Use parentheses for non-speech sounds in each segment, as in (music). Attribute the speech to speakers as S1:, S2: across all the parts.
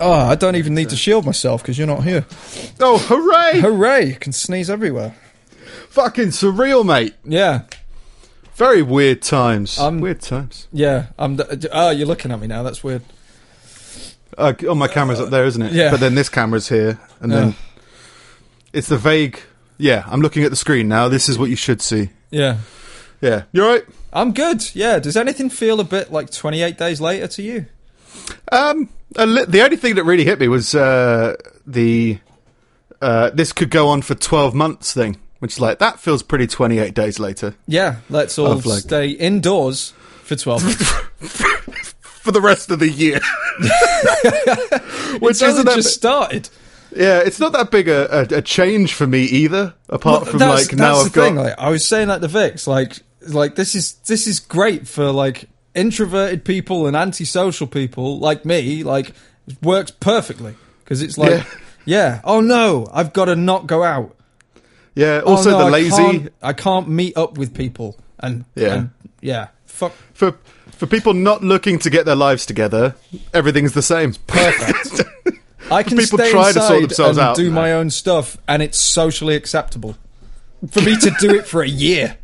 S1: Oh, I don't even need to shield myself because you're not here.
S2: Oh,
S1: (laughs)
S2: hooray!
S1: Hooray! You can sneeze everywhere.
S2: Fucking surreal, mate.
S1: Yeah,
S2: Very weird times.
S1: Um,
S2: weird times.
S1: yeah. I'm. D- oh, you're looking at me now. That's weird.
S2: Uh, oh, my camera's up there, isn't it?
S1: yeah.
S2: But then this camera's here, and
S1: Yeah.
S2: then it's the vague. Yeah, I'm looking at the screen now. This is what you should see.
S1: Yeah,
S2: Yeah, you're right.
S1: I'm good. Yeah. Does anything feel a bit like 28 days later to you?
S2: Um, a li- the only thing that really hit me was uh, the uh, this could go on for 12 months thing, which is like that feels pretty 28 days later
S1: Yeah. Let's all
S2: Of, like-
S1: stay indoors
S2: (laughs)
S1: for 12. months.
S2: for the rest of the year. (laughs) which
S1: it's only
S2: isn't that,
S1: just started.
S2: yeah, it's not that big a, a, a change for me either. Apart
S1: Well,
S2: from
S1: that's,
S2: like
S1: that's
S2: now
S1: the
S2: I've got
S1: thing. Like, I was saying that to Vix, like, like this is this is great for like introverted people and antisocial people like me. Like, it works perfectly because it's like, yeah.
S2: Yeah.
S1: oh no, I've got to not go out.
S2: yeah.
S1: Oh,
S2: Also
S1: no,
S2: the
S1: I
S2: lazy
S1: can't- I can't meet up with people, and
S2: Yeah.
S1: and, yeah, fuck,
S2: for for people not looking to get their lives together, everything's the same. (laughs)
S1: perfect. I can
S2: People
S1: stay
S2: try to
S1: inside
S2: sort themselves
S1: and
S2: out,
S1: do
S2: man.
S1: my own stuff, and it's socially acceptable for me to do it for a year.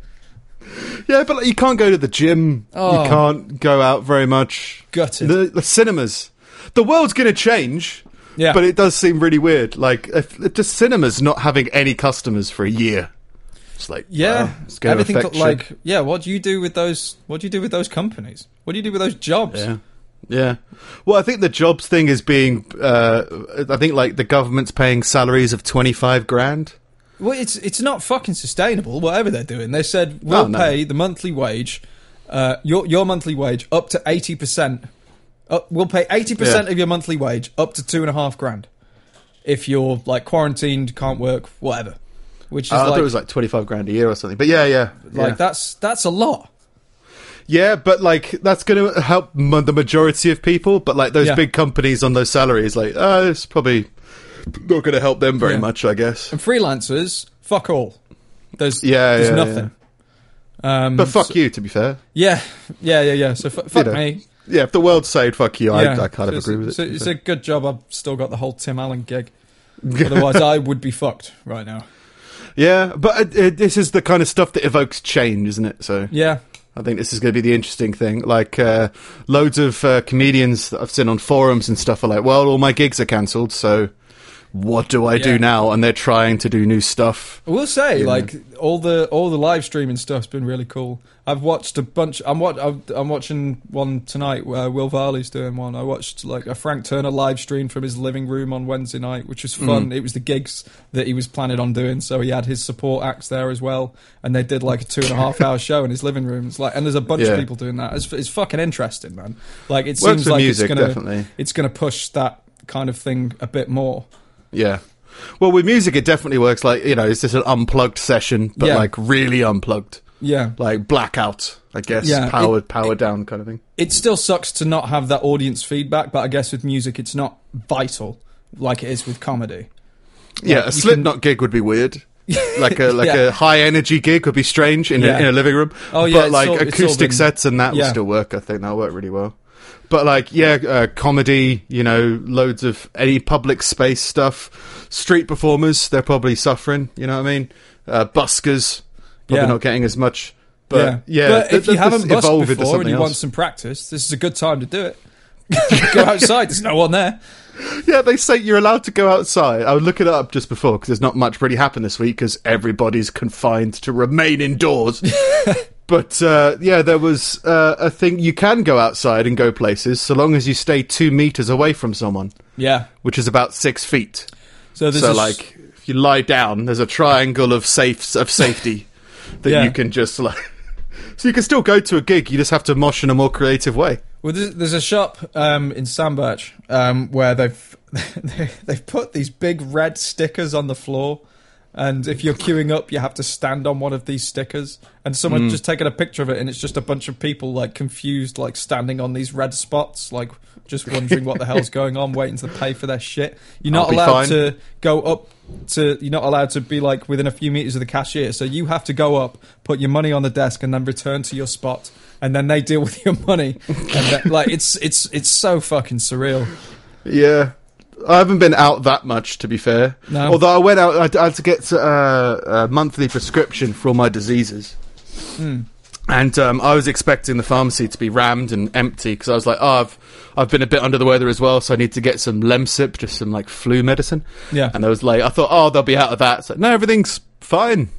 S2: Yeah, but like, you can't go to the gym.
S1: Oh.
S2: You can't go out very much.
S1: Gutted.
S2: The, the cinemas. The world's going to change.
S1: Yeah.
S2: But it does seem really weird. Like, if, if just cinemas not having any customers for a year. It's like,
S1: Yeah,
S2: wow, it's going to
S1: everything
S2: affect
S1: got,
S2: shit.
S1: like yeah. What do you do with those? What do you do with those companies? What do you do with those jobs?
S2: Yeah. Yeah. Well, I think the jobs thing is being. Uh, I think, like, the government's paying salaries of 25 grand.
S1: Well, it's it's not fucking sustainable. Whatever they're doing, they said we'll
S2: no.
S1: pay the monthly wage, uh, your your monthly wage up to eighty percent. Uh, we'll pay eighty percent
S2: Yeah.
S1: of your monthly wage up to two and a half grand if you're like quarantined, can't work, whatever. Which is
S2: Uh, I
S1: like
S2: thought it was
S1: like,
S2: like 25 grand a year or something. But yeah, yeah. yeah.
S1: that's that's a lot.
S2: Yeah, but like that's going to help m- the majority of people. But like those
S1: Yeah.
S2: big companies on those salaries, like uh, it's probably not going to help them very
S1: Yeah.
S2: much, I guess.
S1: And freelancers, fuck all. There's
S2: Yeah,
S1: there's
S2: yeah,
S1: nothing. Um,
S2: But fuck you, to be fair.
S1: Yeah, yeah, yeah, yeah. So f- fuck
S2: know.
S1: me.
S2: Yeah, if the world said fuck you,
S1: Yeah.
S2: I, I kind of
S1: So it's-
S2: agree with it.
S1: So
S2: to be
S1: it's
S2: fair.
S1: a good job I've still got the whole Tim Allen
S2: (laughs)
S1: gig. Otherwise, I would be fucked right now.
S2: yeah, but uh, uh, this is the kind of stuff that evokes change, isn't it? So
S1: Yeah,
S2: I think this is going to be the interesting thing. Like, uh, loads of uh, comedians that I've seen on forums and stuff are like, well, all my gigs are cancelled, so what do I
S1: Yeah.
S2: do now? And they're trying to do new stuff.
S1: I will say
S2: You know.
S1: like all the all the live streaming stuff's been really cool. I've watched a bunch. I'm what I'm, I'm watching one tonight. Where Will Varley's doing one. I watched like a Frank Turner live stream from his living room on Wednesday night, which was
S2: Mm.
S1: fun. It was the gigs that he was planning on doing, so he had his support acts there as well, and they did like a two and a half hour show in his living room. It's like, and there's a bunch
S2: Yeah.
S1: of people doing that. It's, it's fucking interesting, man. Like it
S2: Works
S1: seems
S2: with
S1: like
S2: music,
S1: it's gonna
S2: definitely.
S1: it's gonna push that kind of thing a bit more.
S2: Yeah. Well, with music, it definitely works. Like, you know, it's just an unplugged session, but
S1: Yeah.
S2: like really unplugged,
S1: Yeah,
S2: like blackout, I guess,
S1: Yeah,
S2: powered, power down kind of thing.
S1: it still sucks to not have that audience feedback, but I guess with music it's not vital like it is with comedy.
S2: yeah,
S1: you
S2: a Slipknot gig would be
S1: (laughs)
S2: weird. like a like
S1: Yeah.
S2: a high energy gig would be strange in,
S1: Yeah.
S2: a, in a living room.
S1: Oh, yeah,
S2: but
S1: it's
S2: like
S1: all- it's all
S2: acoustic
S1: been-
S2: sets and that
S1: yeah.
S2: would still work. I think that'll work really well. But like, yeah, uh, comedy, you know, loads of any public space stuff, street performers, they're probably suffering. You know what I mean? Uh, buskers, probably
S1: Yeah.
S2: not getting as much. But yeah,
S1: but
S2: th-
S1: if you
S2: th- this
S1: haven't busked
S2: evolved into
S1: before and
S2: something
S1: you want
S2: else.
S1: some practice, this is a good time to do it. (laughs) Go outside, there's no one there.
S2: Yeah, they say you're allowed to go outside. I was looking it up just before because there's not much really happened this week because everybody's confined to remain indoors. but uh, yeah, there was uh, a thing you can go outside and go places so long as you stay two meters away from someone,
S1: Yeah.
S2: which is about six feet.
S1: So there's
S2: so
S1: a s-
S2: like, if you lie down, there's a triangle of safe of safety that
S1: Yeah.
S2: you can just like. (laughs) so you can still go to a gig. You just have to mosh in a more creative way.
S1: Well, there's, there's a shop um, in Sandbach um, where they've (laughs) they- they've put these big red stickers on the floor, and if you're queuing up, you have to stand on one of these stickers. And someone's
S2: Mm.
S1: just taken a picture of it, and it's just a bunch of people like confused, like standing on these red spots, like just wondering what
S2: (laughs)
S1: the hell's going on, waiting to pay for their shit. You're
S2: I'll
S1: not
S2: be
S1: allowed
S2: fine.
S1: to go up to. You're not allowed to be like within a few meters of the cashier, so you have to go up, put your money on the desk, and then return to your spot and then (laughs) they deal with your money. And that, like it's it's it's so fucking surreal.
S2: Yeah. I haven't been out that much, to be fair.
S1: No.
S2: Although I went out, I, I had to get uh, a monthly prescription for all my diseases.
S1: Hmm.
S2: And um, I was expecting the pharmacy to be rammed and empty because I was like, oh, I've, I've been a bit under the weather as well, so I need to get some Lemsip, just some like flu medicine.
S1: Yeah.
S2: And I was like, I thought, oh, they'll be out of that. So, no, everything's fine.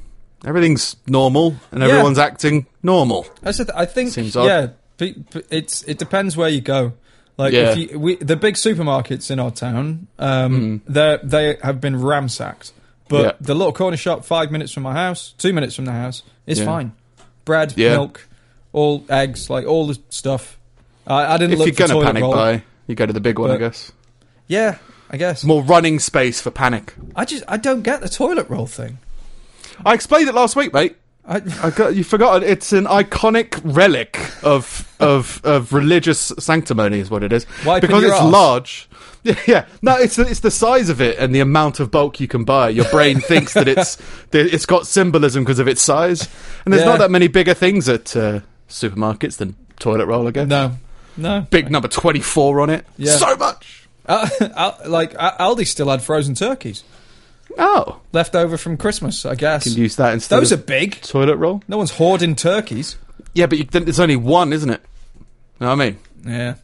S2: Everything's normal and
S1: Yeah.
S2: everyone's acting normal.
S1: That's the th- I think
S2: Seems odd.
S1: yeah, pe- pe- it's it depends where you go. Like
S2: Yeah.
S1: if you, we, the big supermarkets in our town, um, they they have been ramsacked. But
S2: Mm-hmm. Yeah.
S1: the little corner shop, five minutes from my house, two minutes from the house, is
S2: Yeah.
S1: fine. Bread,
S2: Yeah.
S1: milk, all eggs, like all the stuff. I, I didn't
S2: If
S1: look
S2: you're
S1: for
S2: going to
S1: toilet
S2: panic
S1: roll.
S2: buy, you go to the big one, I
S1: But-
S2: guess.
S1: Yeah, I guess.
S2: More running space for panic.
S1: I just I don't get the toilet roll thing.
S2: I explained it last week, mate.
S1: I, (laughs)
S2: I got you forgotten. It's an iconic relic of of of religious sanctimony, is what it is.
S1: Wiping
S2: because
S1: your
S2: it's
S1: arse.
S2: large. (laughs) Yeah, yeah. No, it's the- it's the size of it and the amount of bulk you can buy. Your (laughs) brain thinks that it's that it's got symbolism because of its size, and there's
S1: Yeah.
S2: not that many bigger things at uh, supermarkets than toilet roll. I guess.
S1: no,
S2: (laughs)
S1: no.
S2: Big number twenty four on it.
S1: Yeah.
S2: So much.
S1: Uh, Al- like Al- Aldi still had frozen turkeys
S2: Oh,
S1: left over from Christmas. I guess
S2: you can use that instead.
S1: those are
S2: of
S1: big.
S2: toilet roll.
S1: No one's hoarding turkeys.
S2: Yeah, but you, then it's only one, isn't it? You know what I mean?
S1: Yeah.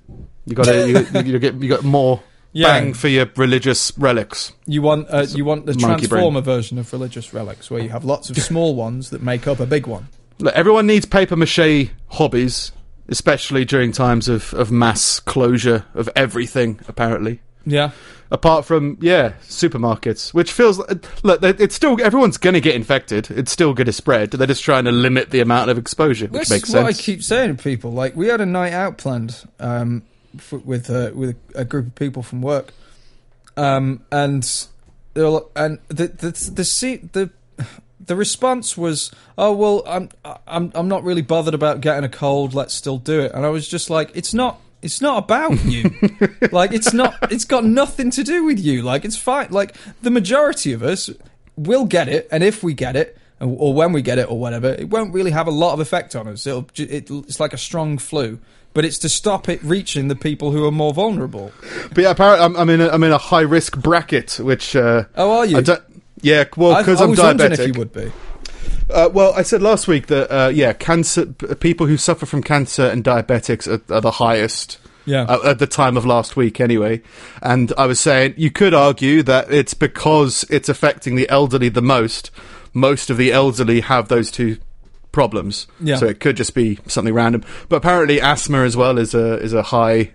S2: You got to you, you get you got more
S1: (laughs) Yeah.
S2: bang for your religious relics.
S1: You want uh, you want the
S2: monkey brain.
S1: transformer version of religious relics, where you have lots of small ones that make up a big one.
S2: Look, everyone needs paper mache hobbies, especially during times of, of mass closure of everything. Apparently,
S1: Yeah.
S2: apart from yeah, supermarkets, which feels like- look, they- it's still everyone's going to get infected. It's still going to spread. They're just trying to limit the amount of exposure, which
S1: This
S2: makes
S1: is what
S2: sense.
S1: I keep saying to people. Like we had a night out planned um, f- with uh, with a group of people from work, um, and they were like- and the the the the, se- the the response was, "Oh well, I'm I'm I'm not really bothered about getting a cold. Let's still do it." And I was just like, "It's not." It's not about (laughs) you. like it's not it's got nothing to do with you. Like it's fine. Like the majority of us will get it and if we get it or or when we get it or whatever, it won't really have a lot of effect on us. It'll ju- it, it's like a strong flu, but it's to stop it reaching the people who are more vulnerable.
S2: but yeah, apparently, I'm, I'm in a, I'm in a high risk bracket, which uh,
S1: Oh, are you?
S2: I don't, yeah, well,
S1: I-
S2: because
S1: I
S2: I'm
S1: was wondering if
S2: diabetic.
S1: you would be.
S2: Uh, well, I said last week that uh, yeah, cancer p- people who suffer from cancer and diabetics are, are the highest.
S1: Yeah.
S2: uh, at the time of last week, anyway. And I was saying you could argue that it's because it's affecting the elderly the most. Most of the elderly have those two problems,
S1: Yeah.
S2: so it could just be something random. But apparently, asthma as well is a is a high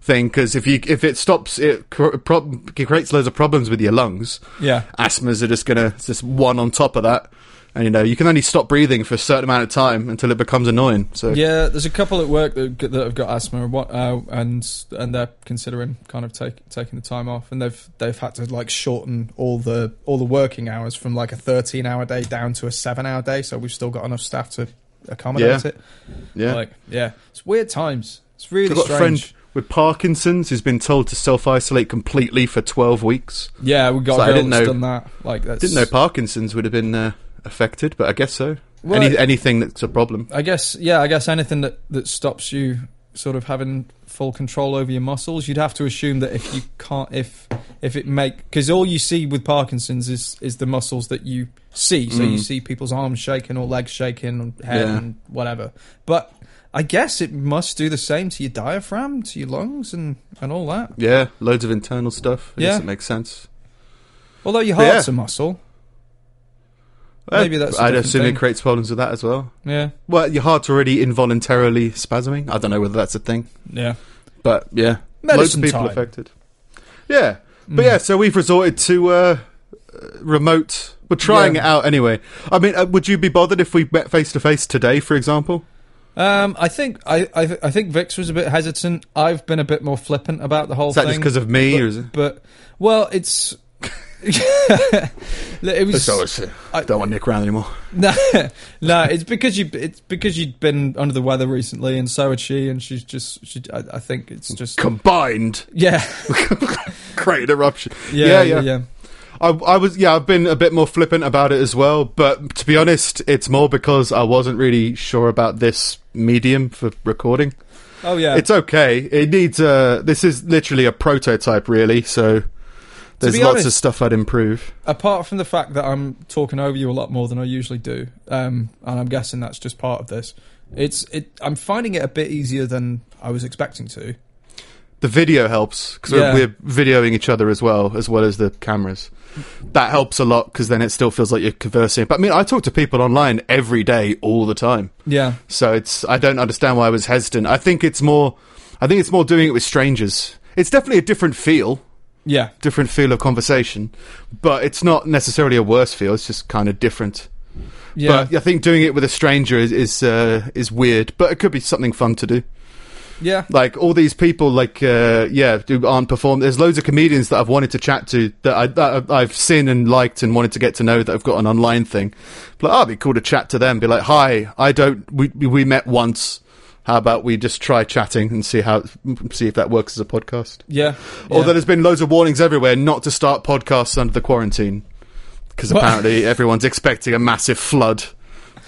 S2: thing because if you if it stops, it cr- pro- creates loads of problems with your lungs
S1: Yeah.
S2: asthmas are just gonna it's just one on top of that and you know you can only stop breathing for a certain amount of time until it becomes annoying so
S1: Yeah, there's a couple at work that that have got asthma, what, uh, and and they're considering kind of take, taking the time off, and they've they've had to like shorten all the all the working hours from like a 13 hour day down to a seven hour day. So we've still got enough staff to accommodate
S2: Yeah.
S1: it.
S2: yeah
S1: Like, yeah, it's weird times. It's really
S2: i've got a
S1: strange.
S2: friend with parkinson's who's been told to self-isolate completely for 12 weeks
S1: Yeah, we got
S2: So
S1: a
S2: I
S1: girl
S2: didn't
S1: that's
S2: know-
S1: done that. Like, that's,
S2: didn't know parkinson's would have been uh, affected but i guess so
S1: Well,
S2: Any,
S1: it-
S2: anything that's a problem
S1: I guess yeah, I guess anything that that stops you sort of having full control over your muscles, you'd have to assume that if you can't if if it make because all you see with Parkinson's is is the muscles that you see. So you
S2: Mm.
S1: see people's arms shaking or legs shaking and head
S2: Yeah.
S1: and whatever. But I guess it must do the same to your diaphragm, to your lungs, and and all that.
S2: yeah loads of internal stuff i guess
S1: Yeah.
S2: it makes sense
S1: Although your
S2: But yeah.
S1: heart's a muscle, Maybe that's a
S2: Uh, i'd
S1: different
S2: assume
S1: thing.
S2: it creates problems with that as well
S1: yeah,
S2: well your heart's already involuntarily spasming i don't know whether that's a thing
S1: yeah.
S2: But yeah,
S1: Medicine
S2: loads of people
S1: time.
S2: affected. Yeah, but
S1: Mm.
S2: yeah, so we've resorted to uh, uh, remote. We're trying
S1: Yeah.
S2: it out anyway. I mean, uh, would you be bothered if we met face to face today, for example?
S1: Um, I think I, I I think Vix was a bit hesitant. I've been a bit more flippant about the whole
S2: Is that
S1: thing.
S2: just because of me, or is it?
S1: But well, it's (laughs) it was
S2: I don't want Nick around anymore. (laughs)
S1: no, no. It's because you it's because you'd been under the weather recently, and so had she. And she's just she. I, I think it's just
S2: Combined,
S1: yeah, (laughs)
S2: great eruption.
S1: yeah, yeah, yeah, yeah.
S2: I, I was yeah I've been a bit more flippant about it as well but to be honest it's more because I wasn't really sure about this medium for recording
S1: Oh yeah,
S2: It's okay. It needs uh this is literally a prototype really, so There's
S1: be
S2: lots of
S1: honest-
S2: stuff I'd improve.
S1: Apart from the fact that I'm talking over you a lot more than I usually do, um, and I'm guessing that's just part of this. It's it. I'm finding it a bit easier than I was expecting to.
S2: The video helps because
S1: Yeah.
S2: we're, we're videoing each other as well, as well as the cameras. That helps a lot because then it still feels like you're conversing. But I mean, I talk to people online every day, all the time.
S1: Yeah,
S2: So it's I don't understand why I was hesitant. I think it's more, I think it's more doing it with strangers. It's definitely a different feel,
S1: yeah,
S2: different feel of conversation, but it's not necessarily a worse feel. It's just kind of different.
S1: yeah,
S2: But I think doing it with a stranger is is, uh, is weird, but it could be something fun to do
S1: yeah.
S2: like all these people like uh yeah who aren't performed there's loads of comedians that i've wanted to chat to that, I, that I- i've seen and liked and wanted to get to know that have got an online thing but like, oh, it'd be cool to chat to them be like hi i don't we we- we met once how about we just try chatting and see how see if that works as a podcast
S1: Yeah.
S2: although
S1: yeah.
S2: there's been loads of warnings everywhere not to start podcasts under the quarantine because
S1: What?
S2: apparently everyone's expecting a massive flood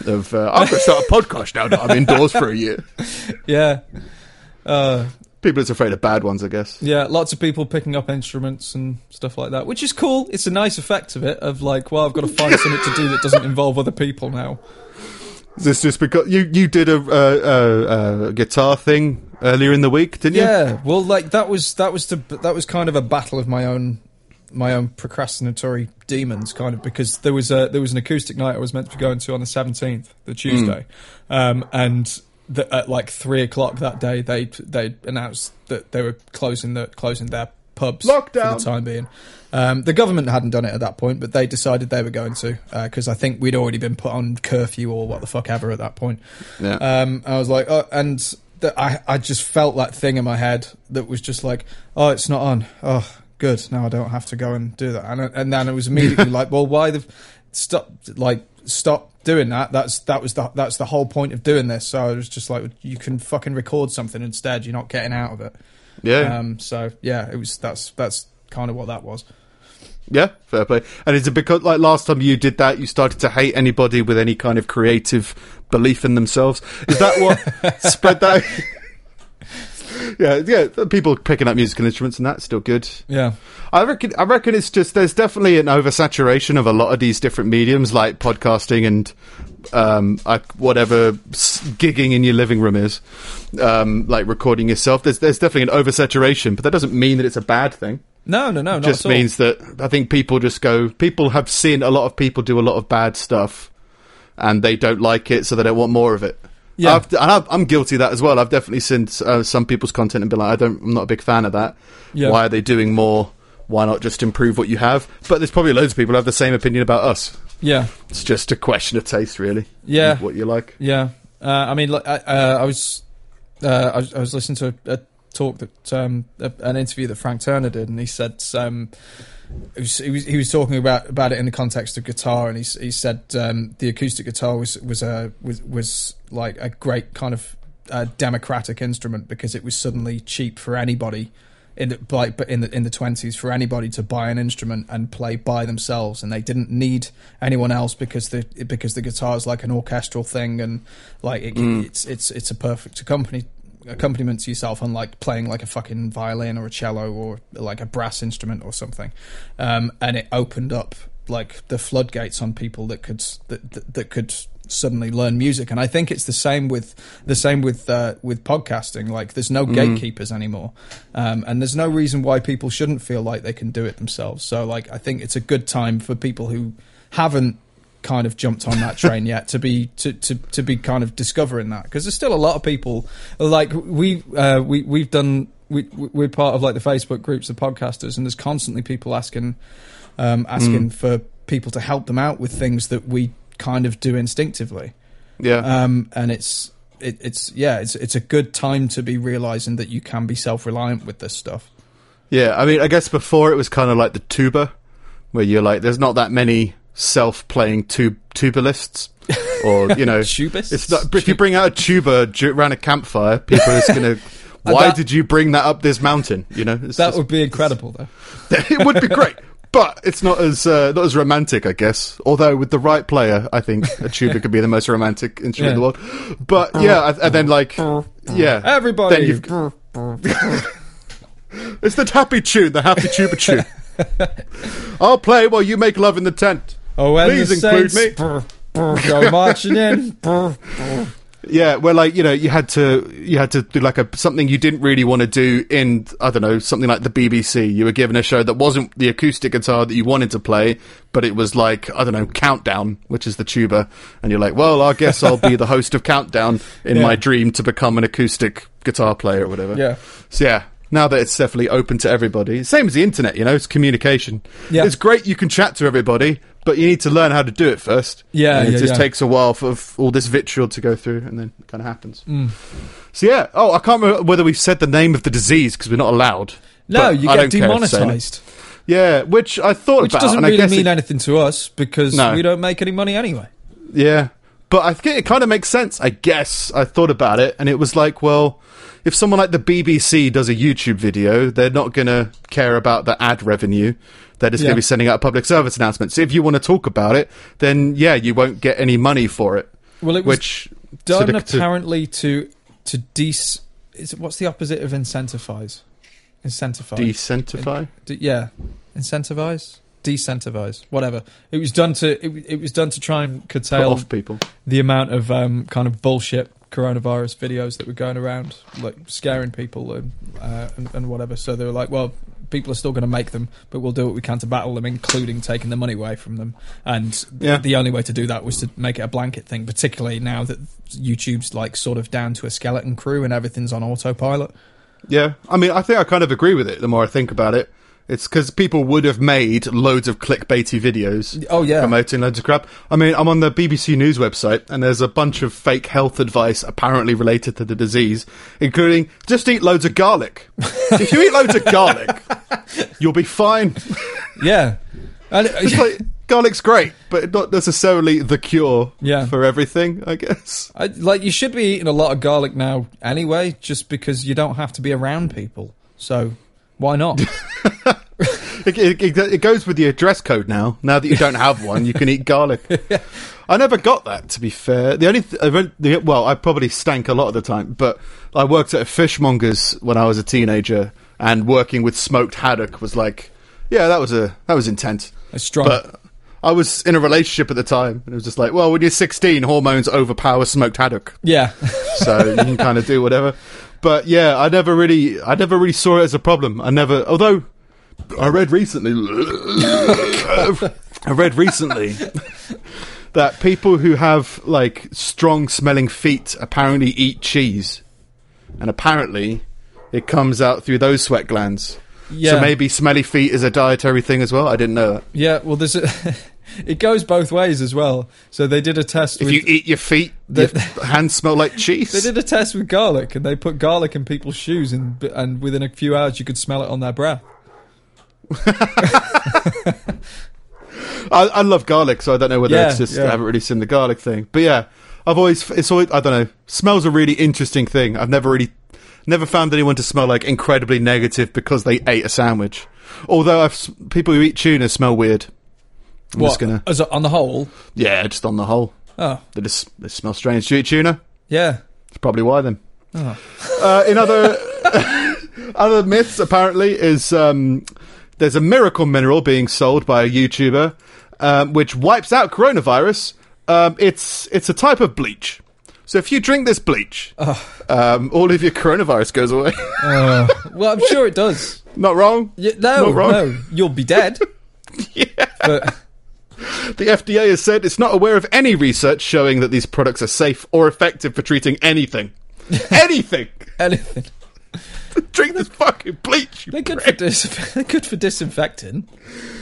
S2: of uh, i'm going to start a podcast now that i'm indoors for a
S1: (laughs)
S2: year
S1: yeah. Uh,
S2: people is afraid of bad ones i guess
S1: yeah, lots of people picking up instruments and stuff like that, which is cool. It's a nice effect of it, of like, well, I've got to find something to do that doesn't involve other people now.
S2: This just because you you did a uh, uh, uh, guitar thing earlier in the week, didn't you?
S1: Yeah, well, like that was that was the that was kind of a battle of my own my own procrastinatory demons, kind of because there was a there was an acoustic night I was meant to be going to on the seventeenth, the
S2: Hmm.
S1: Tuesday, um, and the, at like three o'clock that day they they announced that they were closing the closing their pubs for
S2: Lockdown.
S1: the time being. Um, the government hadn't done it at that point, but they decided they were going to because I think we'd already been put on curfew or what the fuck ever at that point.
S2: Yeah.
S1: Um, I was like, oh, and th- I, I just felt that thing in my head that was just like, oh, it's not on. Oh, good. Now I don't have to go and do that. And, I- and then it
S2: (laughs)
S1: was immediately like, well, why the stop? Like, stop doing that. That's that was the that's the whole point of doing this. So I was just like, you can fucking record something instead. You're not getting out of it.
S2: yeah,
S1: Um, so yeah, it was that's that's kind of what that was.
S2: yeah. Fair play. And is it because like last time you did that, you started to hate anybody with any kind of creative belief in themselves? Is that
S1: (laughs)
S2: what spread that? (laughs) yeah, yeah. People picking up musical instruments and that's still good.
S1: Yeah.
S2: I reckon. I reckon it's just there's definitely an oversaturation of a lot of these different mediums, like podcasting and um, I, whatever s- gigging in your living room is, um, like recording yourself. There's there's definitely an oversaturation, but that doesn't mean that it's a bad thing.
S1: No, no, no. Not
S2: just
S1: at all.
S2: means that I think people just go. People have seen a lot of people do a lot of bad stuff, and they don't like it, so they don't want more of it.
S1: Yeah.
S2: I've, and I've, I'm guilty of that as well. I've definitely seen uh, some people's content and been like, I don't, I'm not a big fan of that.
S1: Yeah.
S2: Why are they doing more? Why not just improve what you have? But there's probably loads of people who have the same opinion about us.
S1: yeah.
S2: It's just a question of taste, really.
S1: Yeah.
S2: What you like.
S1: Yeah, uh, I mean, like, I, uh, I was, uh, I was, I was listening to a, a talk that um, a, an interview that Frank Turner did, and he said um, it was, he was he was talking about, about it in the context of guitar, and he s- he said um, the acoustic guitar was was a was was like a great kind of uh, democratic instrument because it was suddenly cheap for anybody. In the, like, but in the in the twenties, for anybody to buy an instrument and play by themselves, and they didn't need anyone else because the because the guitar is like an orchestral thing, and like it, it's it's it's a perfect accompany accompaniment to yourself, unlike playing like a fucking violin or a cello or like a brass instrument or something. Um, and it opened up like the floodgates on people that could that that, that could suddenly learn music. And I think it's the same with the same with uh, with podcasting. Like there's no gatekeepers anymore, um, and there's no reason why people shouldn't feel like they can do it themselves. So like I think it's a good time for people who haven't kind of jumped on that train yet to be to, to, to be kind of discovering that because there's still a lot of people like we uh, we we've done we we're part of like the Facebook groups of podcasters and there's constantly people asking
S2: Mm.
S1: um, asking for people to help them out with things that we kind of do instinctively
S2: Yeah.
S1: um, and it's it, it's yeah it's it's a good time to be realizing that you can be self reliant with this stuff
S2: Yeah, I mean, I guess before it was kind of like the tuba, where you're like, there's not that many self-playing tub-
S1: (laughs)
S2: tubalists, or you know,
S1: Tubists?
S2: It's not. If you bring out a tuba dur- around a campfire, people are just
S1: (laughs)
S2: gonna. Why
S1: That-
S2: did you bring that up this mountain? You know, it's
S1: that
S2: just-
S1: would be incredible though
S2: (laughs) it would be great, but it's not as uh, not as romantic, I guess. Although with the right player, I think a tuba could be the most romantic instrument
S1: Yeah.
S2: in the world. But yeah, I- and then like yeah,
S1: everybody
S2: (laughs)
S1: (laughs)
S2: Then you've, it's the happy tune, the happy tuba tune. I'll play while you make love in the tent.
S1: Oh, when
S2: Please
S1: the
S2: include
S1: Saints
S2: me.
S1: brr, brr, (laughs) go marching in.
S2: (laughs)
S1: brr, brr.
S2: Yeah, well, like you know, you had to you had to do like a something you didn't really want to do in I don't know something like the BBC. You were given a show that wasn't the acoustic guitar that you wanted to play, but it was like I don't know Countdown, which is the tuba, and you're like, well, I guess I'll be the host of Countdown in
S1: (laughs) Yeah.
S2: my dream to become an acoustic guitar player or whatever.
S1: Yeah.
S2: So yeah, now that it's definitely open to everybody, same as the internet, you know, it's communication.
S1: Yeah.
S2: It's great you can chat to everybody, but you need to learn how to do it first.
S1: Yeah,
S2: And it
S1: yeah,
S2: just
S1: yeah.
S2: takes a while for for all this vitriol to go through, and then it kind of happens.
S1: Mm.
S2: So yeah. Oh, I can't remember whether we've said the name of the disease because we're not allowed.
S1: No,
S2: But
S1: you
S2: I
S1: get
S2: don't care if it's saying it.
S1: demonetized,
S2: Yeah, which I thought
S1: which
S2: about.
S1: doesn't
S2: and I
S1: really
S2: guess
S1: mean
S2: it-
S1: anything to us because
S2: No.
S1: we don't make any money anyway.
S2: Yeah. But I think it kind of makes sense, I guess. I thought about it, and it was like, well, if someone like the BBC does a YouTube video, they're not going to care about the ad revenue. They're just going
S1: Yeah.
S2: to be sending out a public service announcement. So if you want to talk about it, then yeah, you won't get any money for it.
S1: Well, it was
S2: Which. so
S1: done
S2: the- to-
S1: apparently to to dec. Is it, what's the opposite of incentivize? Incentivize.
S2: Decentify?
S1: D- yeah, incentivize, decentivize, whatever. It was done to it, it was done to try and
S2: Put
S1: curtail
S2: off people.
S1: the amount of um, kind of bullshit coronavirus videos that were going around, like scaring people and uh, and, and whatever. So they were like, well, people are still going to make them, but we'll do what we can to battle them, including taking the money away from them. And th-
S2: Yeah.
S1: the only way to do that was to make it a blanket thing, particularly now that YouTube's like sort of down to a skeleton crew and everything's on autopilot.
S2: Yeah, I mean, I think I kind of agree with it. The more I think about it, it's because people would have made loads of clickbaity videos.
S1: Oh, yeah.
S2: promoting loads of crap. I mean, I'm on the BBC News website, and there's a bunch of fake health advice apparently related to the disease, including just eat loads of
S1: (laughs)
S2: garlic. if you eat loads of garlic, you'll be fine.
S1: Yeah. And,
S2: (laughs) It's like, garlic's great, but not necessarily the cure
S1: Yeah.
S2: for everything. I guess.
S1: (laughs) I, like you should be eating a lot of garlic now anyway, just because you don't have to be around people. So why
S2: (laughs)
S1: not?
S2: It, it, it- it goes with your dress code now. Now that you don't have one, you can eat garlic. I never got that. To be fair, the only th- I went- the, well, I probably stank a lot of the time, but I worked at a fishmonger's when I was a teenager, and working with smoked haddock was like, yeah, that was a that was intense.
S1: It's strong.
S2: But I was in a relationship at the time, and it was just like, well, when you're 16, hormones overpower smoked haddock
S1: yeah. (laughs)
S2: so you can kind of do whatever. But yeah, I never really, I never really saw it as a problem. I never, although I read recently, (coughs) I read recently
S1: (laughs)
S2: that people who have like strong smelling feet apparently eat cheese, and apparently it comes out through those sweat glands.
S1: Yeah.
S2: So maybe smelly feet is a dietary thing as well. I didn't know that.
S1: Yeah, well there's a, (laughs) it goes both ways as well. So they did a test
S2: If
S1: with
S2: you eat your feet, your hands smell like cheese.
S1: (laughs) they did a test with garlic and they put garlic in people's shoes and and within a few hours you could smell it on their breath.
S2: I, I love garlic, so I don't know whether
S1: Yeah,
S2: it's just I
S1: yeah.
S2: haven't really seen the garlic thing. But yeah, I've always it's always I don't know. Smells a really interesting thing. I've never really never found anyone to smell like incredibly negative because they ate a sandwich. Although I've s- people who eat tuna smell weird. I'm
S1: What?
S2: just gonna
S1: As a- on the whole.
S2: yeah, just on the whole,
S1: Oh,
S2: they just they smell strange. Do you eat tuna?
S1: yeah.
S2: It's probably why then.
S1: Oh.
S2: Uh, in other (laughs) other myths, apparently, is um, there's a miracle mineral being sold by a YouTuber um, which wipes out coronavirus. Um, it's it's a type of bleach. So if you drink this bleach,
S1: Oh.
S2: um, all of your coronavirus goes
S1: (laughs)
S2: away.
S1: Uh, well, I'm sure it does.
S2: Not wrong.
S1: Yeah, no,
S2: Not wrong.
S1: no, you'll
S2: (laughs)
S1: be dead. But
S2: The FDA has said it's not aware of any research showing that these products are safe or effective for treating
S1: (laughs)
S2: anything. anything. (laughs)
S1: anything.
S2: Drink this fucking bleach. you
S1: They're good for
S2: prick.
S1: dis- (laughs) they're good for disinfecting,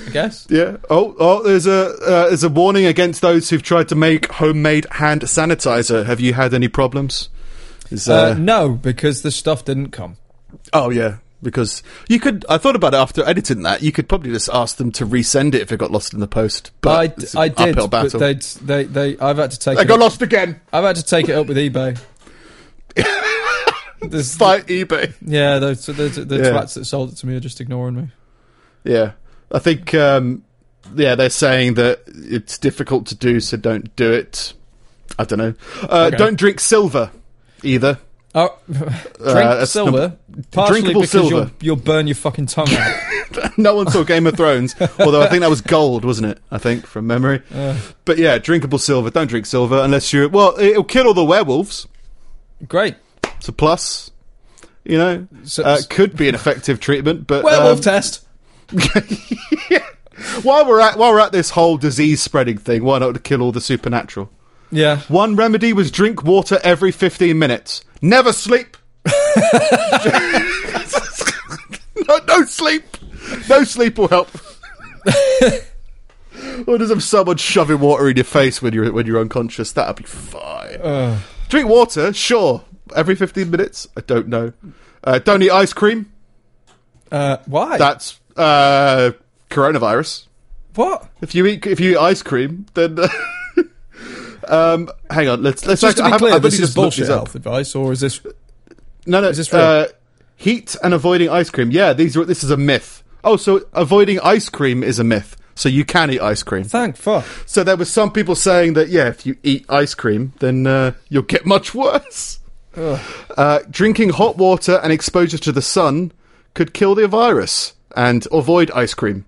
S1: I guess.
S2: Yeah. Oh, oh. There's a uh, there's a warning against those who've tried to make homemade hand sanitizer. Have you had any problems? Is,
S1: Uh,
S2: uh,
S1: no, because the stuff didn't come.
S2: oh yeah, because you could. I thought about it after editing that. You could probably just ask them to resend it if it got lost in the post. But
S1: I,
S2: it's an
S1: I did,
S2: uphill
S1: but
S2: battle.
S1: they they they I've had to take
S2: They
S1: it
S2: got
S1: up,
S2: lost again
S1: I've had to take it up with eBay. There's,
S2: by eBay.
S1: yeah, those, the, the, the
S2: Yeah.
S1: twats that sold it to me are just ignoring me.
S2: Yeah, I think. Um, yeah, they're saying that it's difficult to do, so don't do it. I don't know. Uh,
S1: Okay.
S2: Don't drink silver either.
S1: Oh, drink
S2: Uh, that's
S1: silver. partially
S2: drinkable
S1: because
S2: silver.
S1: You'll, you'll burn your fucking
S2: (laughs)
S1: tongue out.
S2: no one saw Game of
S1: (laughs)
S2: Thrones, although I think that was gold, wasn't it? I think from memory. But yeah, drinkable silver. Don't drink silver unless you're. Well, it'll kill all the werewolves.
S1: Great.
S2: It's a plus. You know,
S1: So-
S2: uh, could be an effective treatment. But
S1: Werewolf
S2: um,
S1: test.
S2: while we're at while we're at this whole disease spreading thing, why not kill all the supernatural?
S1: Yeah.
S2: One remedy was drink water every 15 minutes. Never sleep. (laughs) no, no sleep. No sleep will help. or does have someone shoving water in your face when you're when you're unconscious? That'd be fine.
S1: Uh,
S2: Drink water, sure. Every 15 minutes, I don't know. Uh, don't eat ice cream.
S1: uh, why?
S2: That's uh, coronavirus.
S1: what?
S2: If you eat if you eat ice cream, then. (laughs) um, hang on. Let's let's
S1: Just to
S2: I
S1: be
S2: have-
S1: clear,
S2: I've
S1: this
S2: only
S1: is
S2: just looked
S1: bullshit
S2: these up.
S1: health advice, or is this?
S2: No, no.
S1: Is this
S2: Uh, heat and avoiding ice cream. Yeah, these are, this is a myth. Oh, so avoiding ice cream is a myth. So you can eat ice cream.
S1: Thank fuck.
S2: So there were some people saying that yeah, if you eat ice cream, then uh, you'll get much worse.
S1: Ugh.
S2: Uh, drinking hot water and exposure to the sun could kill the virus. And avoid ice cream.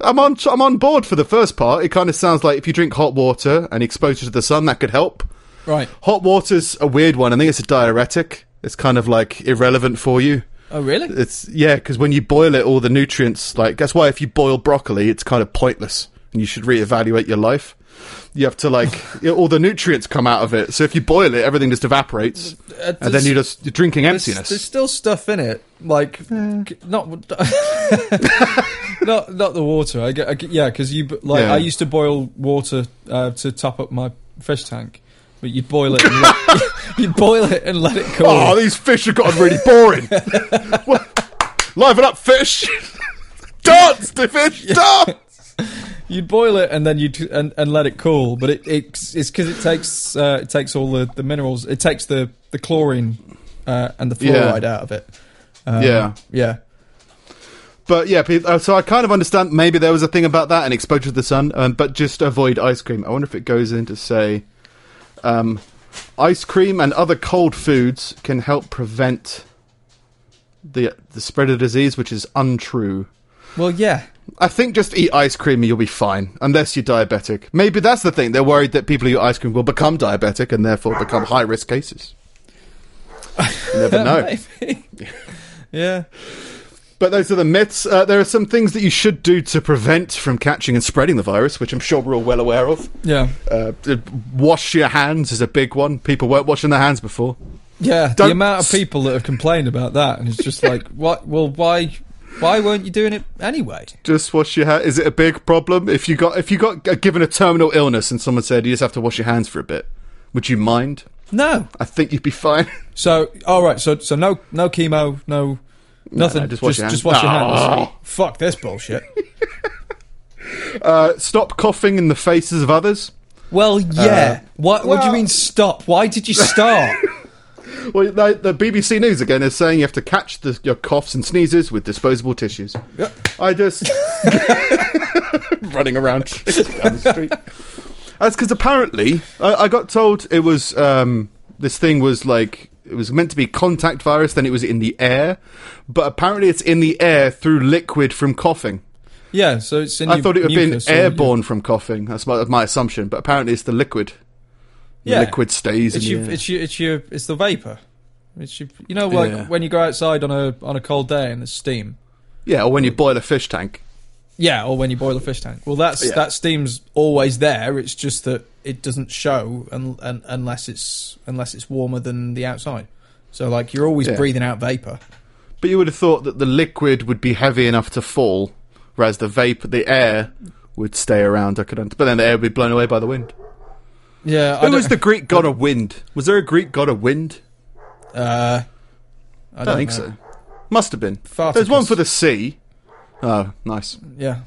S2: I'm on. I'm on board for the first part. It kind of sounds like if you drink hot water and exposure to the sun, that could help.
S1: Right.
S2: Hot water's a weird one. I think it's a diuretic. It's kind of like irrelevant for you.
S1: Oh really?
S2: It's yeah, because when you boil it, all the nutrients like that's why if you boil broccoli, it's kind of pointless, and you should reevaluate your life. You have to like (laughs) you know, all the nutrients come out of it. So if you boil it, everything just evaporates,
S1: Uh,
S2: and then
S1: this-
S2: you're just you're drinking
S1: there's,
S2: emptiness.
S1: there's still stuff in it, like c- not (laughs) not not the water. I get, I get- yeah, because you b- like
S2: Yeah.
S1: I used to boil water uh, to top up my fish tank, but you'd boil it,
S2: (laughs)
S1: and let, (laughs) you'd boil it and let it cool.
S2: oh, these fish have gotten really boring. What? Liven up, fish! (laughs) dance, the fish, dance.
S1: You'd boil it and then you would and, and let it cool, but it, it's it's because it takes uh, it takes all the, the minerals, it takes the the chlorine uh, and the
S2: Yeah.
S1: fluoride out of it. Um,
S2: Yeah.
S1: yeah.
S2: But yeah, pe- uh, so I kind of understand. Maybe there was a thing about that and exposure to the sun, um, but just avoid ice cream. I wonder if it goes in to say, um, ice cream and other cold foods can help prevent the the spread of disease, which is untrue.
S1: Well, yeah.
S2: I think just eat ice cream and you'll be fine, unless you're diabetic. Maybe that's the thing. They're worried that people who eat ice cream will become diabetic and therefore become high risk cases. You never
S1: (laughs)
S2: know. (laughs)
S1: Maybe. yeah.
S2: But those are the myths. Uh, there are some things that you should do to prevent from catching and spreading the virus, which I'm sure we're all well aware of.
S1: Yeah.
S2: Uh, uh, wash your hands is a big one. People weren't washing their hands before.
S1: Yeah,
S2: Don't-
S1: the amount of people that have complained about that, and it's just like, (laughs) what? Well, why? Why weren't you doing it anyway?
S2: Just wash your hands. Is it a big problem if you got if you got uh, given a terminal illness and someone said you just have to wash your hands for a bit? Would you mind?
S1: No.
S2: I think you'd be fine. (laughs)
S1: So, all right. So, so no, no chemo, no, nothing.
S2: no, just
S1: just wash
S2: wash
S1: just,
S2: your
S1: just wash your
S2: hands.
S1: hands.
S2: Oh.
S1: Fuck this bullshit.
S2: Uh, stop coughing in the faces of others.
S1: (laughs) Well, yeah. what? What do
S2: well-
S1: you mean stop? Why did you start?
S2: Well, the, the BBC News again is saying you have to catch the, your coughs and sneezes with disposable tissues.
S1: (laughs) Yeah.
S2: I just (laughs) running around down the street. That's because apparently I, I got told it was um, this thing was like it was meant to be contact virus. Then it was in the air, but apparently it's in the air through liquid from coughing.
S1: yeah. So it's in.
S2: I
S1: your
S2: thought it would have been
S1: mucus or-
S2: airborne from coughing. That's my, my assumption, but apparently it's the liquid. The
S1: Yeah.
S2: liquid stays
S1: It's
S2: in
S1: your,
S2: the air.
S1: it's your, it's your, it's the vapor. It's your, you know, like
S2: Yeah.
S1: when you go outside on a on a cold day and there's steam.
S2: Yeah, or when you boil a fish tank.
S1: Yeah, or when you boil a fish tank. Well, that's
S2: Yeah.
S1: that steam's always there. It's just that it doesn't show un, un, unless it's unless it's warmer than the outside. So like you're always
S2: Yeah.
S1: breathing out vapor.
S2: But you would have thought that the liquid would be heavy enough to fall, whereas the vapor, the air, would stay around. I could, un- but then the air would be blown away by the wind.
S1: Yeah, I
S2: Who
S1: don't,
S2: was the Greek god of wind? Was there a Greek god of wind?
S1: uh, I
S2: I
S1: don't
S2: don't, think
S1: know.
S2: so. Must have been.
S1: Farticus.
S2: There's one for the sea. Oh, nice.
S1: Yeah,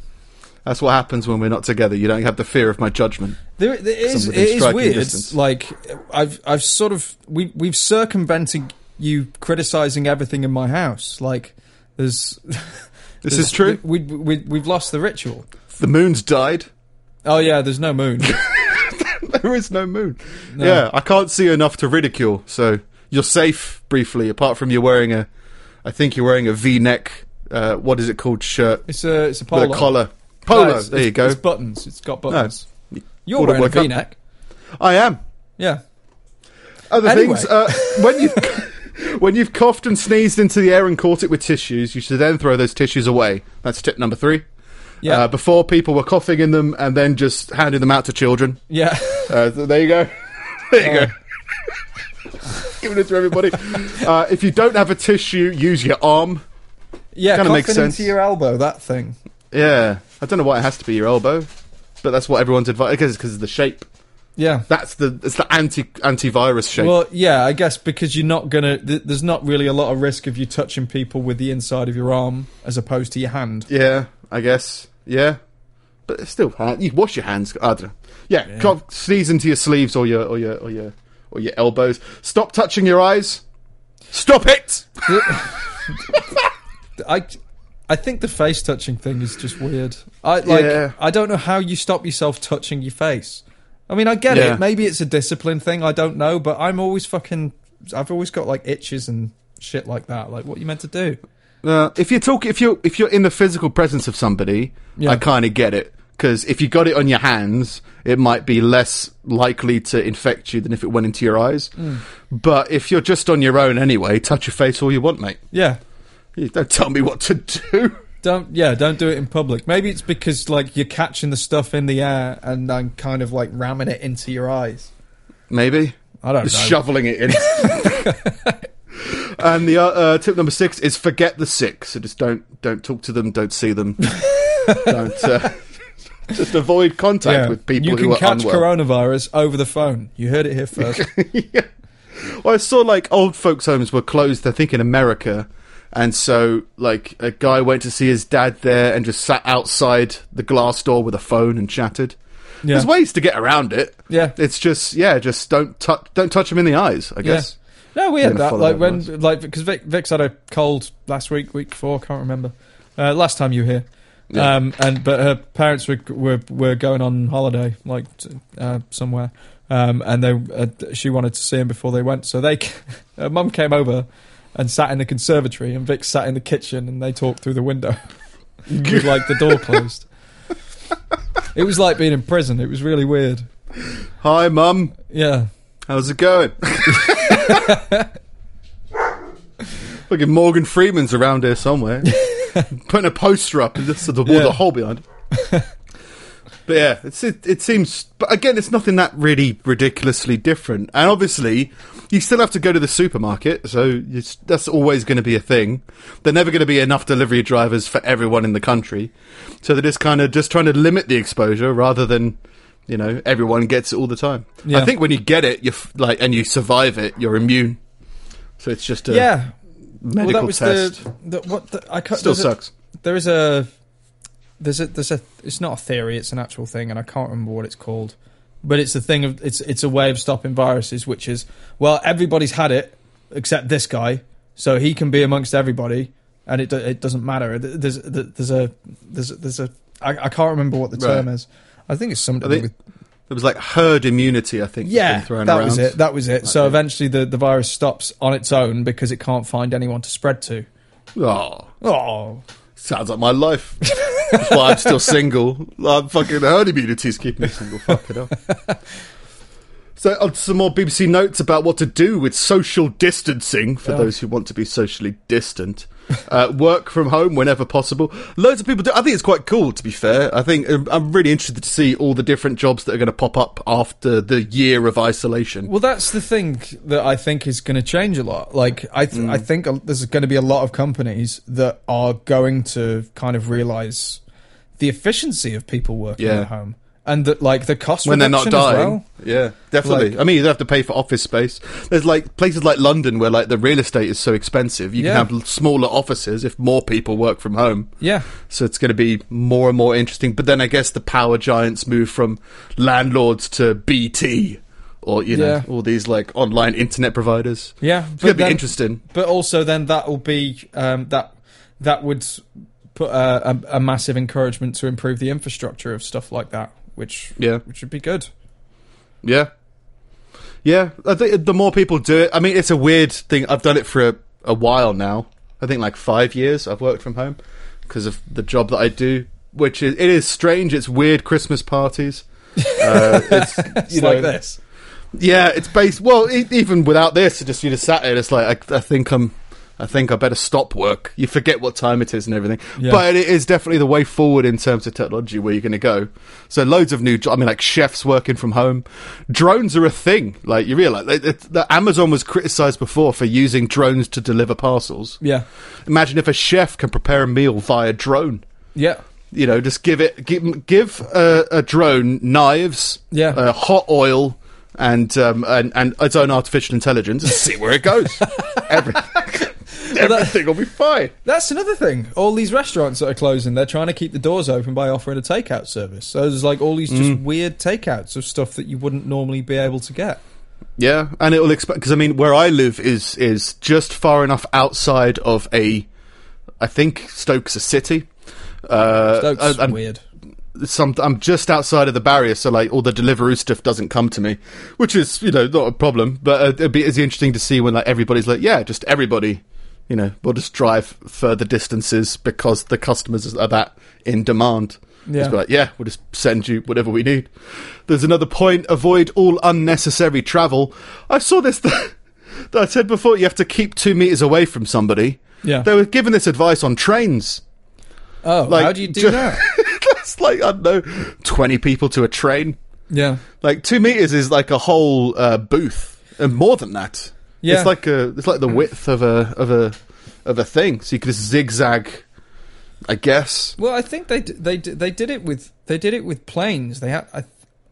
S2: That's what happens when we're not together. You don't have the fear of my judgment.
S1: there, there is, it
S2: within
S1: is
S2: striking
S1: weird.
S2: distance.
S1: Like I've I've sort of we we've circumvented you criticizing everything in my house. Like there's
S2: This
S1: (laughs)
S2: is true.
S1: We, we, we we've lost the ritual.
S2: The moon's died.
S1: Oh yeah, there's no moon. (laughs)
S2: (laughs) there is no moon. Yeah, I can't see enough to ridicule. So You're safe briefly, apart from you're wearing a, I think you're wearing a V-neck. Uh, what is it called? Shirt
S1: It's a it's a polo.
S2: with a collar.
S1: No,
S2: Polo.
S1: it's-
S2: there
S1: it's-
S2: you go.
S1: It's buttons. It's got buttons. You're
S2: Wouldn't
S1: wearing a
S2: work out.
S1: V-neck.
S2: I am. Uh,
S1: Yeah.
S2: Other
S1: Anyway.
S2: things, uh, (laughs) when you when you've (laughs) coughed and sneezed into the air and caught it with tissues, you should then throw those tissues away. That's tip number three.
S1: Yeah.
S2: Uh, before people were coughing in them and then just handing them out to children. (laughs)
S1: yeah. (laughs)
S2: Uh, th- there you go. (laughs) there you go. (laughs) Giving it to everybody. Uh, if you don't have a tissue, use your arm.
S1: yeah.
S2: kinda
S1: Kinda
S2: makes sense.
S1: into your elbow, that thing.
S2: Yeah, I don't know why it has to be your elbow, but that's what everyone's advice. Because because of the shape.
S1: Yeah.
S2: That's the it's the anti antivirus shape.
S1: Well, yeah, I guess because you're not gonna. Th- there's not really a lot of risk of you touching people with the inside of your arm as opposed to your hand.
S2: Yeah, I guess. Yeah, but it's still, hand- you wash your hands. I don't know. Yeah, cough- sneeze into your sleeves or your or your or your or your elbows. Stop touching your eyes. Stop it.
S1: I, I think the face touching thing is just weird. I like.
S2: Yeah.
S1: I don't know how you stop yourself touching your face. I mean, I get
S2: Yeah.
S1: it. Maybe it's a discipline thing. I don't know, but I'm always fucking. I've always got like itches and shit like that. Like, what you meant to do?
S2: Uh, if you talk, if you if you're in the physical presence of somebody,
S1: Yeah.
S2: I kind of get it because if you got it on your hands, it might be less likely to infect you than if it went into your eyes.
S1: Mm.
S2: But if you're just on your own anyway, touch your face all you want, mate.
S1: Yeah.
S2: You don't tell me what to do.
S1: Don't yeah, don't do it in public. Maybe it's because like you're catching the stuff in the air and then kind of like ramming it into your eyes.
S2: Maybe.
S1: I don't know.
S2: Just shoveling it
S1: (laughs)
S2: in. and the uh, uh, tip number six is forget the sick. So just don't don't talk to them, don't see
S1: (laughs)
S2: them, don't uh, (laughs) just avoid contact
S1: Yeah.
S2: with people
S1: you
S2: who
S1: can
S2: are
S1: catch
S2: unwell.
S1: coronavirus over the phone. You heard it
S2: (laughs)
S1: here first.
S2: yeah. Well, I saw like old folks' homes were closed. I think in America, and so like a guy went to see his dad there and just sat outside the glass door with a phone and chatted.
S1: Yeah.
S2: There's ways to get around it.
S1: Yeah.
S2: it's just yeah, just don't touch don't touch him in the eyes. I guess.
S1: Yeah. No, we had
S2: Gonna
S1: that.
S2: follow
S1: Like
S2: that
S1: when,
S2: advice.
S1: like because Vic, Vic's had a cold last week, week before, can't remember. Uh, last time you were here,
S2: Yeah.
S1: um, and but her parents were were, were going on holiday, like t- uh, somewhere, um, and they uh, she wanted to see him before they went, so they (laughs) her mum came over and sat in the conservatory, and Vic sat in the kitchen, and they talked through the window (laughs)
S2: (laughs)
S1: with like the door closed. It was like being in prison. It was really weird.
S2: Hi, mum.
S1: Yeah.
S2: How's it going? Look at Morgan Freeman's around here
S1: (laughs)
S2: somewhere. Putting a poster up and just sort of wall
S1: Yeah.
S2: the hole behind. but yeah, it's, it, it seems. But again, it's nothing that really ridiculously different. And obviously, you still have to go to the supermarket, so you, s- that's always going to be a thing. They're never going to be enough delivery drivers for everyone in the country, so they're just kind of just trying to limit the exposure rather than. You know, everyone gets it all the time.
S1: Yeah.
S2: I think when you get it, you f- like and you survive it, you're immune. So it's just a
S1: Yeah.
S2: medical
S1: well, that was
S2: test.
S1: the, the what the, I can't,
S2: Still
S1: there's a-
S2: sucks.
S1: there is a there's a there's a it's not a theory it's an actual thing and i can't remember what it's called but it's the thing of it's it's a way of stopping viruses which is well everybody's had it except this guy so he can be amongst everybody and it do- it doesn't matter there's there's a there's there's a I, I can't remember what the term
S2: Right.
S1: is i think it's something
S2: I think-
S1: with
S2: It was like herd immunity, I think. was
S1: yeah
S2: being thrown
S1: that
S2: around.
S1: was it that was it so
S2: Okay.
S1: eventually the the virus stops on its own because it can't find anyone to spread to
S2: Oh,
S1: oh
S2: sounds like my
S1: (laughs)
S2: life. That's why I'm still single. I'm fucking herd immunity's keeping me single. Fuck it up. So, on to some more BBC notes about what to do with social distancing for
S1: Oh.
S2: those who want to be socially distant. Uh, work from home whenever possible. Loads of people do. I think it's quite cool, to be fair. I think um, I'm really interested to see all the different jobs that are going to pop up after the year of isolation.
S1: Well, that's the thing that I think is going to change a lot. Like, I th-
S2: Mm.
S1: I think a- there's going to be a lot of companies that are going to kind of realize the efficiency of people working
S2: Yeah.
S1: at home and that like the cost
S2: when they're not
S1: reduction as
S2: dying.
S1: well.
S2: Yeah, definitely.
S1: Like-
S2: I mean, you don't have to pay for office space. There's like places like London where like the real estate is so expensive. You
S1: Yeah.
S2: can have l- smaller offices if more people work from home.
S1: Yeah,
S2: So it's going to be more and more interesting. But then I guess the power giants move from landlords to BT or you know
S1: Yeah.
S2: all these like online internet providers.
S1: yeah.
S2: It's going to be
S1: then-
S2: interesting.
S1: But also, then that will be um, that that would put a, a, a massive encouragement to improve the infrastructure of stuff like that, which
S2: Yeah.
S1: which would be good.
S2: Yeah. Yeah, I think the more people do it, I mean, it's a weird thing. I've done it for a, a while now. I think like five years I've worked from home because of the job that I do, which is it is strange. It's weird Christmas parties. Uh, it's,
S1: It's like this.
S2: Yeah, it's based. Well, e- even without this, just you just sat there. It's like I, I think I'm. I think I better stop work. You forget what time it is and everything.
S1: Yeah.
S2: But it is definitely the way forward in terms of technology where you're going to go. So loads of new. jo- I mean, like chefs working from home. Drones are a thing. Like you realize like, it, that Amazon was criticized before for using drones to deliver parcels.
S1: Yeah.
S2: Imagine if a chef can prepare a meal via drone
S1: Yeah.
S2: you know, just give it, give, give a, a drone knives,
S1: Yeah.
S2: uh, hot oil, and um, and and its own artificial intelligence, and see where it goes. Every, everything will be fine.
S1: That's another thing. All these restaurants that are closing, they're trying to keep the doors open by offering a takeout service. So there's like all these
S2: Mm.
S1: just weird takeouts of stuff that you wouldn't normally be able to get.
S2: Yeah, and it will expect because I mean, where I live is is just far enough outside of a, I think Stoke's a city. Uh,
S1: That's
S2: and- and
S1: weird.
S2: some I'm just outside of the barrier, so like all the delivery stuff doesn't come to me, which is you know not a problem. But uh, it'd be it'd be interesting to see when like everybody's like, yeah, just everybody, you know, will just drive further distances because the customers are that in demand.
S1: Yeah.
S2: Just be like, yeah, we'll just send you whatever we need. There's another point: avoid all unnecessary travel. I saw this. (laughs) Th- that I said before, you have to keep two meters away from somebody.
S1: Yeah.
S2: They were given this advice on trains.
S1: Oh,
S2: like,
S1: how do you do
S2: ju- (laughs)
S1: that?
S2: That's like I don't know, twenty people to a train.
S1: Yeah.
S2: Like two meters is like a whole uh, booth, and more than that.
S1: Yeah.
S2: it's like a it's like the width of a of a of a thing. So you could just zigzag, I guess. (laughs)
S1: Well, I think they d- they d- they did it with they did it with planes. They had I,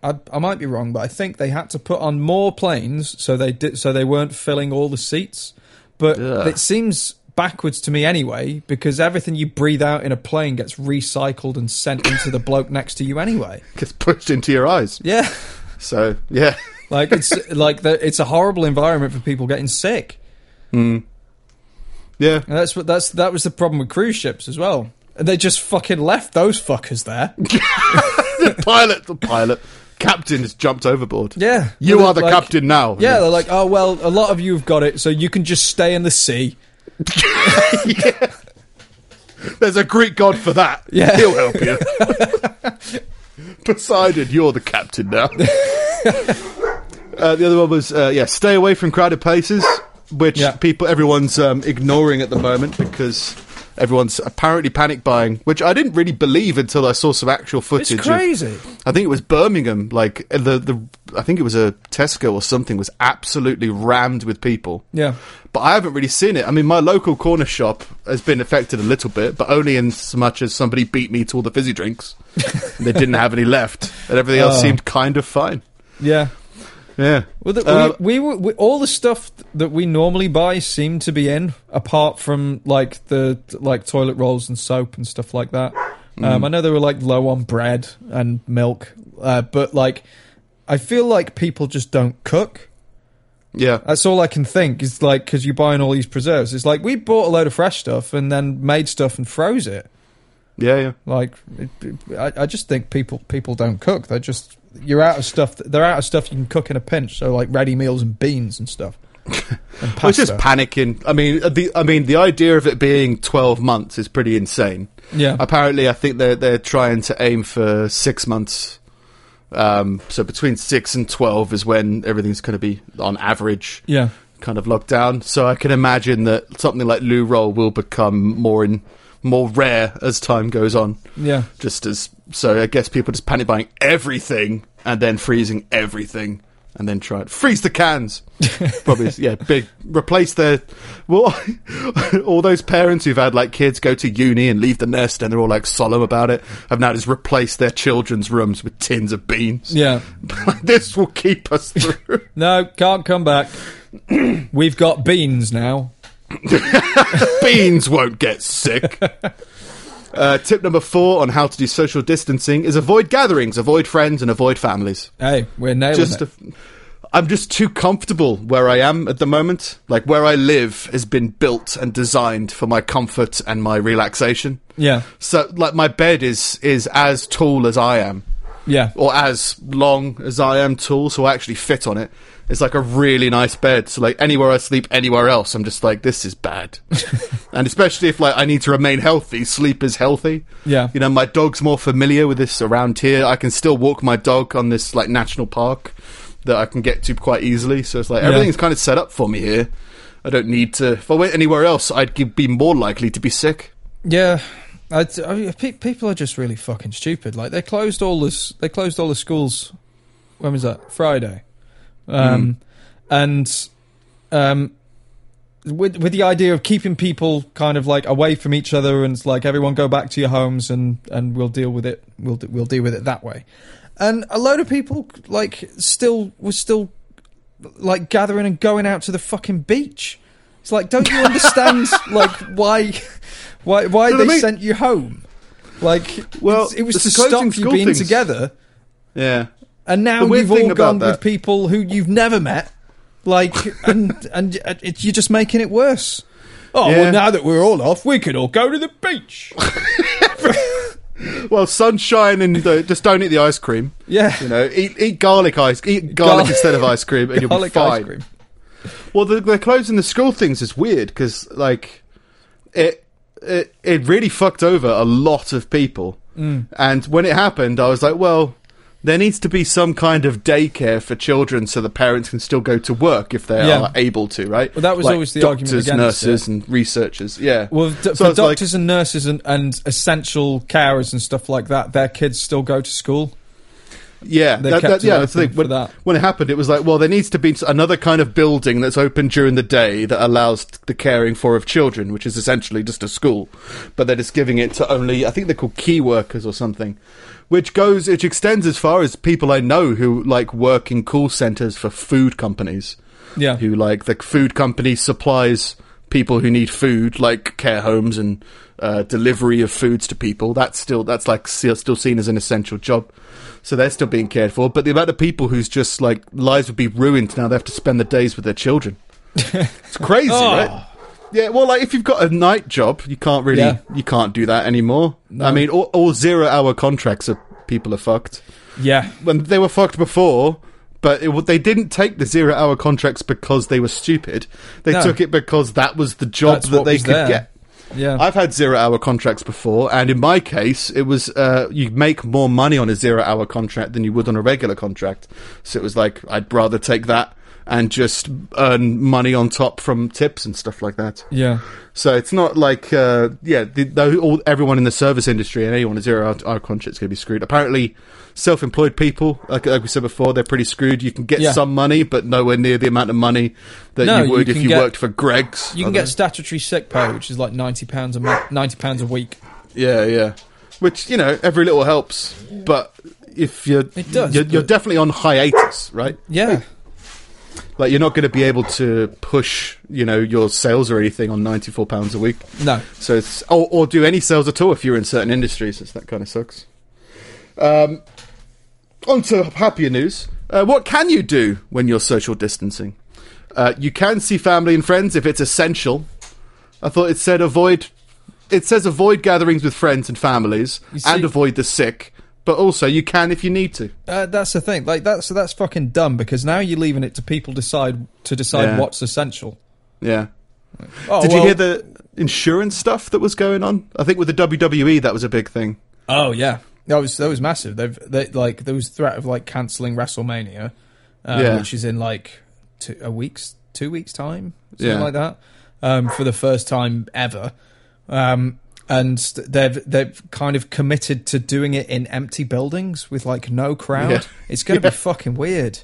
S1: I I might be wrong, but I think they had to put on more planes so they did so they weren't filling all the seats. But
S2: Yeah.
S1: it seems backwards to me anyway because everything you breathe out in a plane gets recycled and sent into the bloke next to you anyway.
S2: Gets pushed into your eyes.
S1: Yeah.
S2: So yeah, (laughs)
S1: Like it's like the, it's a horrible environment for people getting sick. (laughs)
S2: yeah.
S1: And that's what that's that was the problem with cruise ships as well. And they just fucking left those fuckers there.
S2: The pilot, the pilot, captain has jumped overboard.
S1: Yeah.
S2: you
S1: Well,
S2: are the
S1: like-
S2: captain now.
S1: Yeah, they're like, oh well, a lot of you have got it, so you can just stay in the sea.
S2: There's a Greek god for that.
S1: (laughs) Yeah.
S2: He'll help you. Poseidon, you're the captain
S1: (laughs)
S2: now. uh, the other one was, uh, yeah, stay away from crowded places, which
S1: Yeah.
S2: people, everyone's um, ignoring at the moment because everyone's apparently panic buying, which I didn't really believe until I saw some actual footage.
S1: It's
S2: of-
S1: crazy.
S2: I think it was Birmingham. Like uh, the the, I think it was a Tesco or something was absolutely rammed with people.
S1: Yeah.
S2: But I haven't really seen it. I mean, my local corner shop has been affected a little bit, but only in so much as somebody beat me to all the fizzy drinks. and they didn't have any left, and everything else
S1: Oh.
S2: seemed kind of fine.
S1: Yeah.
S2: Yeah.
S1: Well, the,
S2: Uh,
S1: we, we, were- we all the stuff that we normally buy seemed to be in, apart from like the like toilet rolls and soap and stuff like that. Um, I know they were like low on bread and milk, uh, but like I feel like people just don't cook.
S2: yeah.
S1: That's all I can think is like because you're buying all these preserves. It's like we bought a load of fresh stuff and then made stuff and froze it.
S2: Yeah. Yeah.
S1: Like, it, it- I, I just think people people don't cook. They're just you're out of stuff. They're out of stuff you can cook in a pinch. So like ready meals and beans and
S2: (laughs)
S1: stuff. And
S2: I was
S1: pasta.
S2: just panicking. I mean, uh, the I mean, the idea of it being twelve months is pretty insane.
S1: yeah,
S2: Apparently, I think they're they're trying to aim for six months. Um, so between six and twelve is when everything's going to be on average
S1: yeah,
S2: kind of locked down. So I can imagine that something like loo roll will become more in more rare as time goes on.
S1: yeah,
S2: Just as so, I guess people just panic buying everything and then freezing everything. And then try it. Freeze the cans. Probably, yeah, big. Replace their. Well, (laughs) all those parents who've had, like, kids go to uni and leave the nest and they're all, like, solemn about it have now just replaced their children's rooms with tins of beans.
S1: yeah.
S2: (laughs) this will keep us through.
S1: No, can't
S2: (clears throat)
S1: come back. We've got beans now.
S2: beans won't get sick. Uh, tip number four on how to do social distancing is avoid gatherings, avoid friends, and avoid families.
S1: Hey, we're nailing
S2: Just,
S1: it.
S2: a, I'm just too comfortable where I am at the moment. Like where I live has been built and designed for my comfort and my relaxation.
S1: yeah,
S2: So, like my bed is is as tall as I am
S1: yeah,
S2: or as long as I am tall, so I actually fit on it. It's like a really nice bed. So like anywhere I sleep, anywhere else, I'm just like this is
S1: (laughs)
S2: bad. and especially if like I need to remain healthy, sleep is healthy.
S1: Yeah.
S2: You know, my dog's more familiar with this around here. I can still walk my dog on this like national park that I can get to quite easily. So it's like
S1: Yeah.
S2: everything's kind of set up for me here. I don't need to. If I went anywhere else, I'd gi- be more likely to be sick.
S1: Yeah, I, I mean, pe- people are just really fucking stupid. Like they closed all this, they closed all the schools. When was that? Friday, um, and um, with with the idea of keeping people kind of like away from each other and it's like everyone go back to your homes and and we'll deal with it. We'll d- we'll deal with it that way. And a load of people like still were still like gathering and going out to the fucking beach. It's like, don't you
S2: (laughs)
S1: understand? like why? Why? Why
S2: No,
S1: they
S2: I mean-
S1: sent you home? Like,
S2: Well,
S1: well, it was
S2: it's
S1: to
S2: the closing
S1: stop you
S2: school
S1: being
S2: things.
S1: together,
S2: Yeah.
S1: and now
S2: The weird
S1: you've
S2: thing
S1: all
S2: about
S1: gone with
S2: that-
S1: people who you've never met.
S2: (laughs)
S1: Like, and and uh, it, you're just making it worse. Oh
S2: Yeah.
S1: well, now that we're all off, we could all go to the beach.
S2: Well, sunshine and uh, just don't eat the ice cream.
S1: Yeah,
S2: You know, eat eat garlic ice. Eat garlic
S1: Gar-
S2: instead of ice cream, and you'll be
S1: garlic
S2: fine.
S1: ice cream.
S2: Well, the, the closing the school things is weird because like it, it it really fucked over a lot of people. Mm. And when it happened, I was like, well, there needs to be some kind of daycare for children so the parents can still go to work if they
S1: Yeah.
S2: are able to, right?
S1: Well, that was
S2: Like
S1: always the argument
S2: doctors,
S1: against
S2: nurses, and researchers. Yeah.
S1: Well, d-
S2: So
S1: for
S2: it's like-
S1: doctors and nurses and, and essential carers and stuff like that, their kids still go to school.
S2: Yeah,
S1: They
S2: that,
S1: kept
S2: that-
S1: it
S2: yeah. That's the
S1: open
S2: thing.
S1: for
S2: When,
S1: that.
S2: when it happened, it was like, well, there needs to be s- another kind of building that's open during the day that allows t- the caring for of children, which is essentially just a school, but they're just giving it to only I think they're called key workers or something, which goes which extends as far as people I know who like work in call centers for food companies,
S1: Yeah,
S2: who like the food company supplies people who need food, like care homes and uh, delivery of foods to people. That's still that's like se- still seen as an essential job, so they're still being cared for. But the amount of people who's just like lives would be ruined now. They have to spend the days with their
S1: (laughs)
S2: children. it's crazy,
S1: Oh.
S2: right? Yeah, well, like if you've got a night job, you can't really
S1: Yeah.
S2: you can't do that anymore. I mean, all, all zero hour contracts are people are fucked
S1: yeah.
S2: when they were fucked before, but it, w- they didn't take the zero hour contracts because they were stupid. They
S1: No.
S2: took it because that was the job
S1: That's
S2: that
S1: what
S2: they
S1: was
S2: could
S1: there.
S2: get.
S1: Yeah.
S2: I've had zero hour contracts before, and in my case, it was uh, you make more money on a zero hour contract than you would on a regular contract. So it was like, I'd rather take that and just earn money on top from tips and stuff like that.
S1: yeah.
S2: So it's not like uh, yeah, the, the, all, everyone in the service industry and anyone with zero hour, hour contracts going to be screwed. Apparently, self-employed people, like, like we said before, they're pretty screwed. You can get
S1: Yeah.
S2: some money, but nowhere near the amount of money that
S1: No,
S2: you would
S1: you
S2: if
S1: can
S2: you
S1: get-
S2: worked for Greg's.
S1: You can get statutory sick pay, which is like ninety pounds a month, ninety pounds a week.
S2: yeah, yeah. Which you know, every little helps, but if you're
S1: It does,
S2: you're, you're
S1: but-
S2: definitely on hiatus, right?
S1: Yeah,
S2: Like you're not going to be able to push, you know, your sales or anything on ninety four pounds a week.
S1: no,
S2: So it's or, or do any sales at all if you're in certain industries. It's that kind of sucks. Um, on to happier news. Uh, what can you do when you're social distancing? Uh, you can see family and friends if it's essential. I thought it said avoid. It says avoid gatherings with friends and families
S1: You see-
S2: and avoid the sick. But also you can if you need to.
S1: uh, that's the thing. Like that's that's fucking dumb because now you're leaving it to people decide to decide
S2: Yeah.
S1: what's essential.
S2: Yeah.
S1: Oh,
S2: Did
S1: well-
S2: you hear the insurance stuff that was going on? I think with the WWE that was a big thing.
S1: Oh yeah, that was that was massive. They've they, like there was threat of like canceling WrestleMania, um,
S2: Yeah.
S1: which is in like two, a week's two weeks time, something
S2: Yeah.
S1: like that, um, for the first time ever. Um, and st- they've they've kind of committed to doing it in empty buildings with like no crowd.
S2: Yeah.
S1: It's going to
S2: Yeah.
S1: be fucking weird.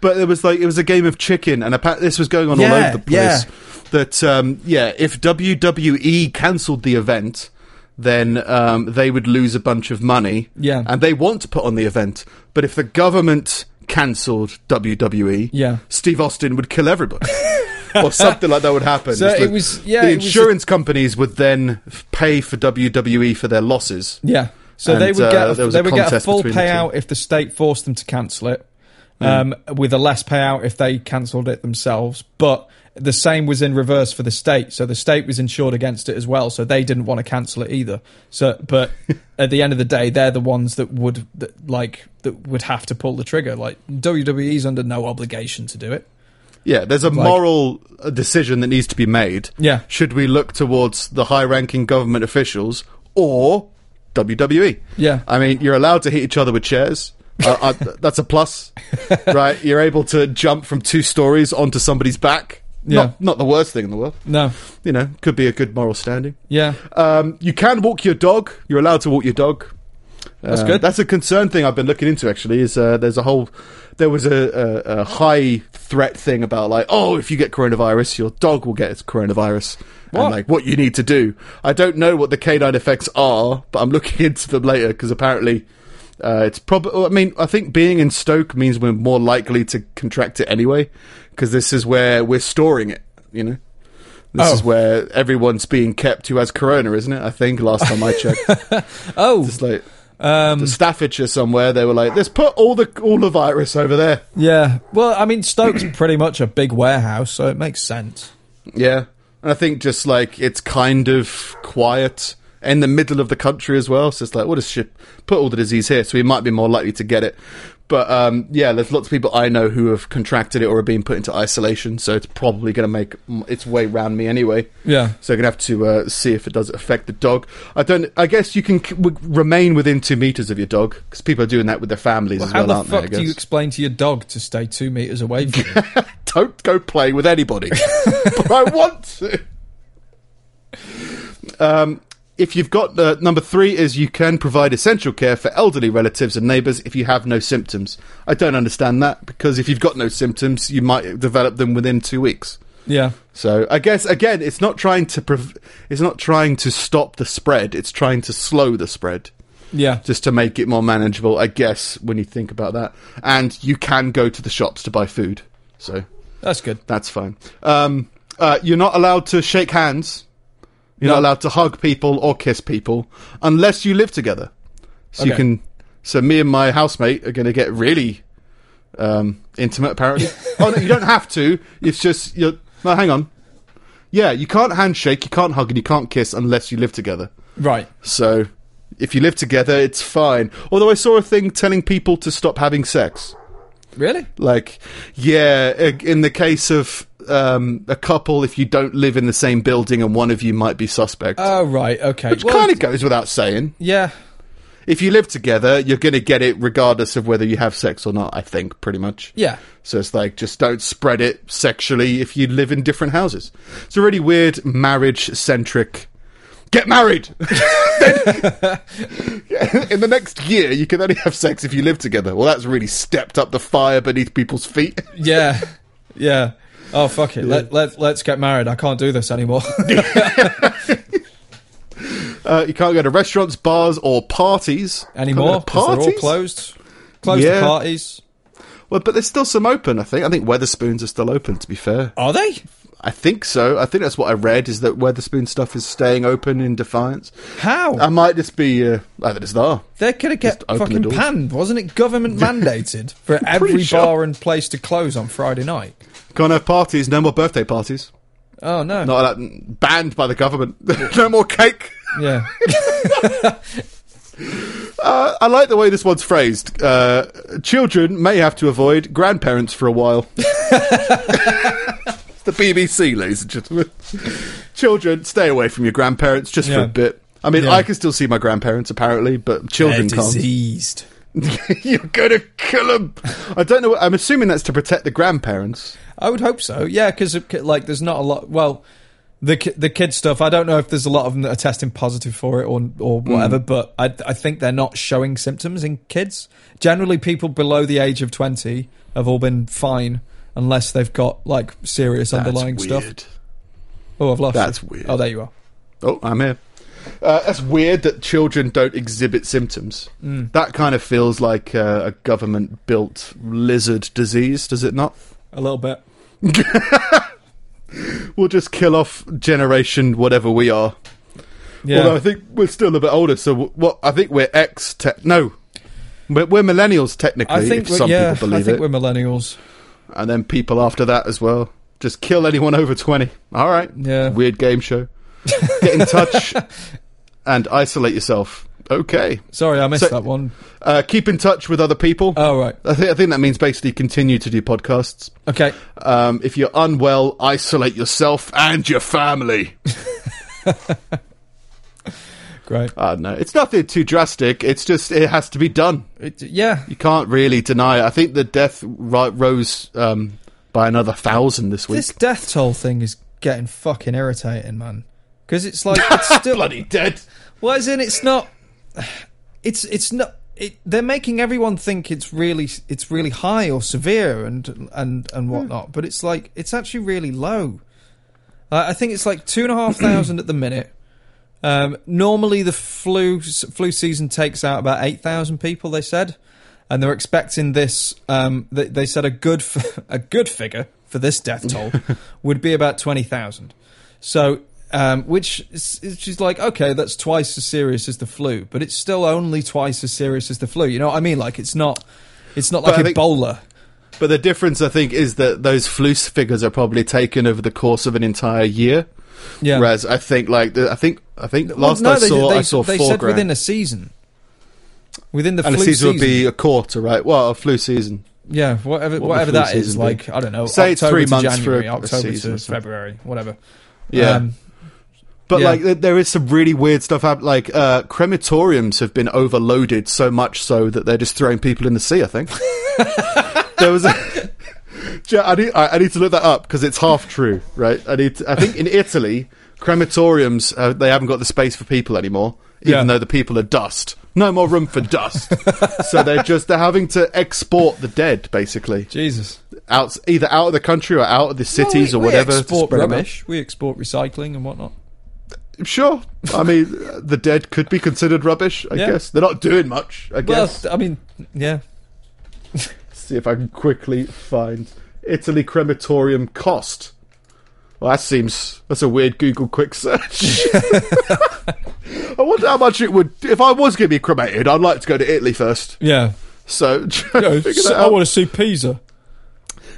S2: But it was like it was a game of chicken, and apparently this was going on all
S1: Yeah,
S2: over the place.
S1: yeah.
S2: That um, yeah, if WWE cancelled the event, then um, they would lose a bunch of money.
S1: Yeah.
S2: and they want to put on the event, but if the government cancelled WWE,
S1: Yeah.
S2: Steve Austin would kill everybody.
S1: (laughs)
S2: or something like that would happen.
S1: So
S2: It's
S1: it
S2: like
S1: was- yeah,
S2: The
S1: it was a-
S2: insurance companies would then f- pay for WWE for their losses.
S1: Yeah. So
S2: And,
S1: they would
S2: uh,
S1: get a,
S2: there was
S1: they
S2: a
S1: would get a
S2: contest
S1: full
S2: between the two. Hmm.
S1: payout if the state forced them to cancel it, um, with a less payout if they cancelled it themselves. But The same was in reverse for the state, so the state was insured against it as well, so they didn't want to cancel it either. So,
S2: (laughs)
S1: but at the end of the day, they're the ones that would that, like that would have to pull the trigger. Like WWE's under no obligation to do it.
S2: Yeah, there's a moral uh, decision that needs to be made.
S1: Yeah.
S2: Should we look towards the high ranking government officials or WWE?
S1: Yeah.
S2: I mean, you're allowed to hit each other with chairs. Uh,
S1: (laughs)
S2: uh, th- that's a plus, right? You're able to jump from two stories onto somebody's back.
S1: Yeah.
S2: Not, not the worst thing in the world.
S1: No.
S2: You know, could be a good moral standing.
S1: Yeah.
S2: Um, you can walk your dog. You're allowed to walk your dog.
S1: That's
S2: Uh, (laughs)
S1: good.
S2: That's a concern thing I've been looking into. Actually, is uh, there's a whole there was a, a, a high threat thing about like oh if you get coronavirus your dog will get coronavirus
S1: What?
S2: and like what you need to do. I don't know what the canine effects are, but I'm (laughs) looking into them later because apparently. Uh, it's probably. I mean, I think being in Stoke means we're more likely to contract it anyway, because this is where we're storing it. You know, this
S1: Oh.
S2: is where everyone's being kept who has corona, isn't it? I think last time I checked,
S1: Oh,
S2: it's like
S1: um,
S2: Staffordshire somewhere. They were like, let's put all the all the virus over there.
S1: yeah. Well, I mean, Stoke's (clears throat) pretty much a big warehouse, so it makes sense.
S2: Yeah, and I think just like it's kind of quiet in the middle of the country as well. So it's like, what does ship put all the disease here? So we might be more likely to get it. But um, yeah, there's lots of people I know who have contracted it or are being put into isolation. So it's probably going to make m- its way round me anyway.
S1: Yeah.
S2: So I'm gonna have to uh, see if it does affect the dog. I don't. I guess you can c- w- remain within two meters of your dog because people are doing that with their families as
S1: How
S2: well,
S1: the
S2: aren't
S1: fuck
S2: they? I
S1: do you
S2: guess.
S1: explain to your dog to stay two meters away from
S2: (laughs)
S1: you?
S2: don't go play with anybody, but I want to. Um, if you've got uh, number three is you can provide essential care for elderly relatives and neighbours if you have no symptoms. I don't understand that because if you've got no symptoms, you might develop them within two weeks.
S1: yeah.
S2: So I guess again, it's not trying to prev- it's not trying to stop the spread. It's trying to slow the spread,
S1: Yeah.
S2: just to make it more manageable. I guess when you think about that, and you can go to the shops to buy food, so
S1: That's good.
S2: that's fine. Um, uh, you're not allowed to shake hands. You're
S1: No.
S2: not allowed to hug people or kiss people unless you live together. So you
S1: Okay.
S2: can. So me and my housemate are going to get really um, intimate,
S1: (laughs)
S2: apparently. oh no, you don't have to. It's just you're. No, hang on. Yeah, you can't handshake, you can't hug, and you can't kiss unless you live together.
S1: Right.
S2: So if you live together, it's fine. Although I saw a thing telling people to stop having sex.
S1: Really?
S2: Like, yeah, i- in the case of um, a couple, if you don't live in the same building and one of you might be suspect,
S1: Oh, right. Okay.
S2: which kind of goes without saying.
S1: yeah.
S2: If you live together, you're going to get it regardless of whether you have sex or not, I think, pretty much.
S1: Yeah.
S2: So it's like, just don't spread it sexually if you live in different houses. It's a really weird marriage centric. Get married! (laughs) Then- in the next year, you can only have sex if you live together. Well, that's really stepped up the fire beneath people's feet.
S1: Yeah. Yeah. Oh fuck it. Let let let's get married. I can't do this anymore.
S2: Uh, you can't go to restaurants, bars, or parties
S1: (laughs) anymore.
S2: Can't go to
S1: 'cause They're all
S2: parties?
S1: closed. Closed
S2: Yeah.
S1: the parties.
S2: Well, but there's still some open. I think. I think Weatherspoons are still open. To be fair,
S1: Are they?
S2: I think so. I think that's what I read is that Weatherspoon stuff is staying open in defiance.
S1: How?
S2: I might just be. Uh, I think it's there.
S1: They're gonna get
S2: open the
S1: fucking
S2: doors.
S1: panned, wasn't it? Government
S2: (laughs)
S1: mandated for every
S2: pretty sure.
S1: bar and place to close on Friday night.
S2: Can't have parties. No more birthday parties.
S1: Oh no.
S2: Not allowed, banned by the government. (laughs) no more cake.
S1: Yeah.
S2: Uh, I like the way this one's phrased. Uh, children may have to avoid grandparents for a while. (laughs) it's the BBC, ladies and gentlemen. Children, stay away from your grandparents just for
S1: Yeah.
S2: a bit. I mean,
S1: Yeah.
S2: I can still see my grandparents apparently, but
S1: They're
S2: children can't.
S1: diseased.
S2: (laughs) You're gonna kill them. I don't know. I'm assuming that's to protect the grandparents.
S1: I would hope so. Yeah, because like there's not a lot. Well, the ki- the kid stuff. I don't know if there's a lot of them that are testing positive for it or or
S2: Hmm.
S1: whatever. But I I think they're not showing symptoms in kids. Generally, people below the age of twenty have all been fine unless they've got like serious underlying stuff. Oh, I've lost. you.
S2: That's weird.
S1: Oh, there you are.
S2: Oh, I'm here. Uh, that's weird that children don't exhibit symptoms.
S1: Mm.
S2: That kind of feels like uh, a government built lizard disease, does it not?
S1: A little bit.
S2: We'll just kill off generation whatever we are.
S1: Yeah.
S2: Although I think we're still a bit older, so w- what I think we're X. Te- no, we're, we're millennials technically.
S1: I think
S2: if
S1: we're-
S2: some
S1: yeah.
S2: people
S1: I
S2: believe
S1: think
S2: it,
S1: we're millennials.
S2: and then people after that as well. Just kill anyone over 20. All right.
S1: Yeah.
S2: Weird game show. Get in
S1: (laughs)
S2: touch and isolate yourself. Okay.
S1: Sorry, I missed
S2: So-
S1: that one.
S2: Uh, keep in touch with other people.
S1: Oh, right.
S2: I, think I think that means basically continue to do podcasts.
S1: Okay.
S2: Um, if you're unwell, isolate yourself and your
S1: (laughs)
S2: family.
S1: Great.
S2: I don't know. Uh, It's nothing too drastic. It's just it has to be done.
S1: It- yeah.
S2: You can't really deny it. I think the death ri- rose um, by another thousand this week.
S1: This death toll thing is getting fucking irritating, man. Because it's like, it's still.
S2: Bloody dead.
S1: Well, as in, it's not. It's it's not. It, they're making everyone think it's really it's really high or severe and and and whatnot, but it's like it's actually really low. Uh, I think it's like two and a half thousand at the minute. Um, normally, the flu flu season takes out about eight thousand people. They said, and they're expecting this. Um, they, they said a good f- (laughs) a good figure for this
S2: (laughs)
S1: death toll would be about twenty thousand. So, um, which is, is she's like, okay, that's twice as serious as the flu, but it's still only twice as serious as the flu. You know what I mean? Like, it's not it's not
S2: But
S1: like
S2: I think-
S1: Ebola.
S2: But the difference, I think, is that those floose figures are probably taken over the course of an entire year.
S1: Yeah.
S2: Whereas I think, like, the, I think, I think
S1: Well,
S2: last
S1: no,
S2: I
S1: they,
S2: saw,
S1: they,
S2: I saw
S1: they
S2: four
S1: said
S2: grand.
S1: within a season. Within the
S2: and a
S1: flu
S2: season would be a quarter, right? Well, a flu season.
S1: Yeah, whatever,
S2: would
S1: whatever
S2: the flu
S1: that is.
S2: season be?
S1: Like I don't know.
S2: Say it's
S1: October
S2: three
S1: to
S2: months for
S1: January,
S2: a- a
S1: October
S2: season
S1: to
S2: or something.
S1: February, whatever.
S2: Yeah.
S1: Um,
S2: But
S1: Yeah.
S2: like, th- there is some really weird stuff. hap- Like, uh, crematoriums have been overloaded so much so that they're just throwing people in the sea. I think (laughs) there was. A- (laughs) Jo- I need I I need to look that up because it's half true, right? I need. To, I think in Italy, crematoriums uh, they haven't got the space for people anymore, even
S1: Yeah.
S2: though the people are dust. No more room for
S1: (laughs)
S2: dust, so they're just they're having to export the dead basically
S1: Jesus.
S2: out either out of the country or out of the cities
S1: Well,
S2: or
S1: we-
S2: whatever.
S1: We
S2: to
S1: export
S2: spread 'em out.
S1: rubbish. We export recycling and whatnot.
S2: Sure.
S1: (laughs)
S2: I mean, the dead could be considered rubbish, I
S1: Yeah.
S2: guess. They're not doing much, I
S1: Well,
S2: guess.
S1: I mean, yeah.
S2: see if I can quickly find Italy crematorium cost. Well, that seems. That's a weird Google quick
S1: (laughs)
S2: search. (laughs) I wonder how much it would. If I was going to be cremated, I'd like to go to Italy first.
S1: Yeah.
S2: So, (laughs) try and figure that
S1: I
S2: out.
S1: want to see Pisa.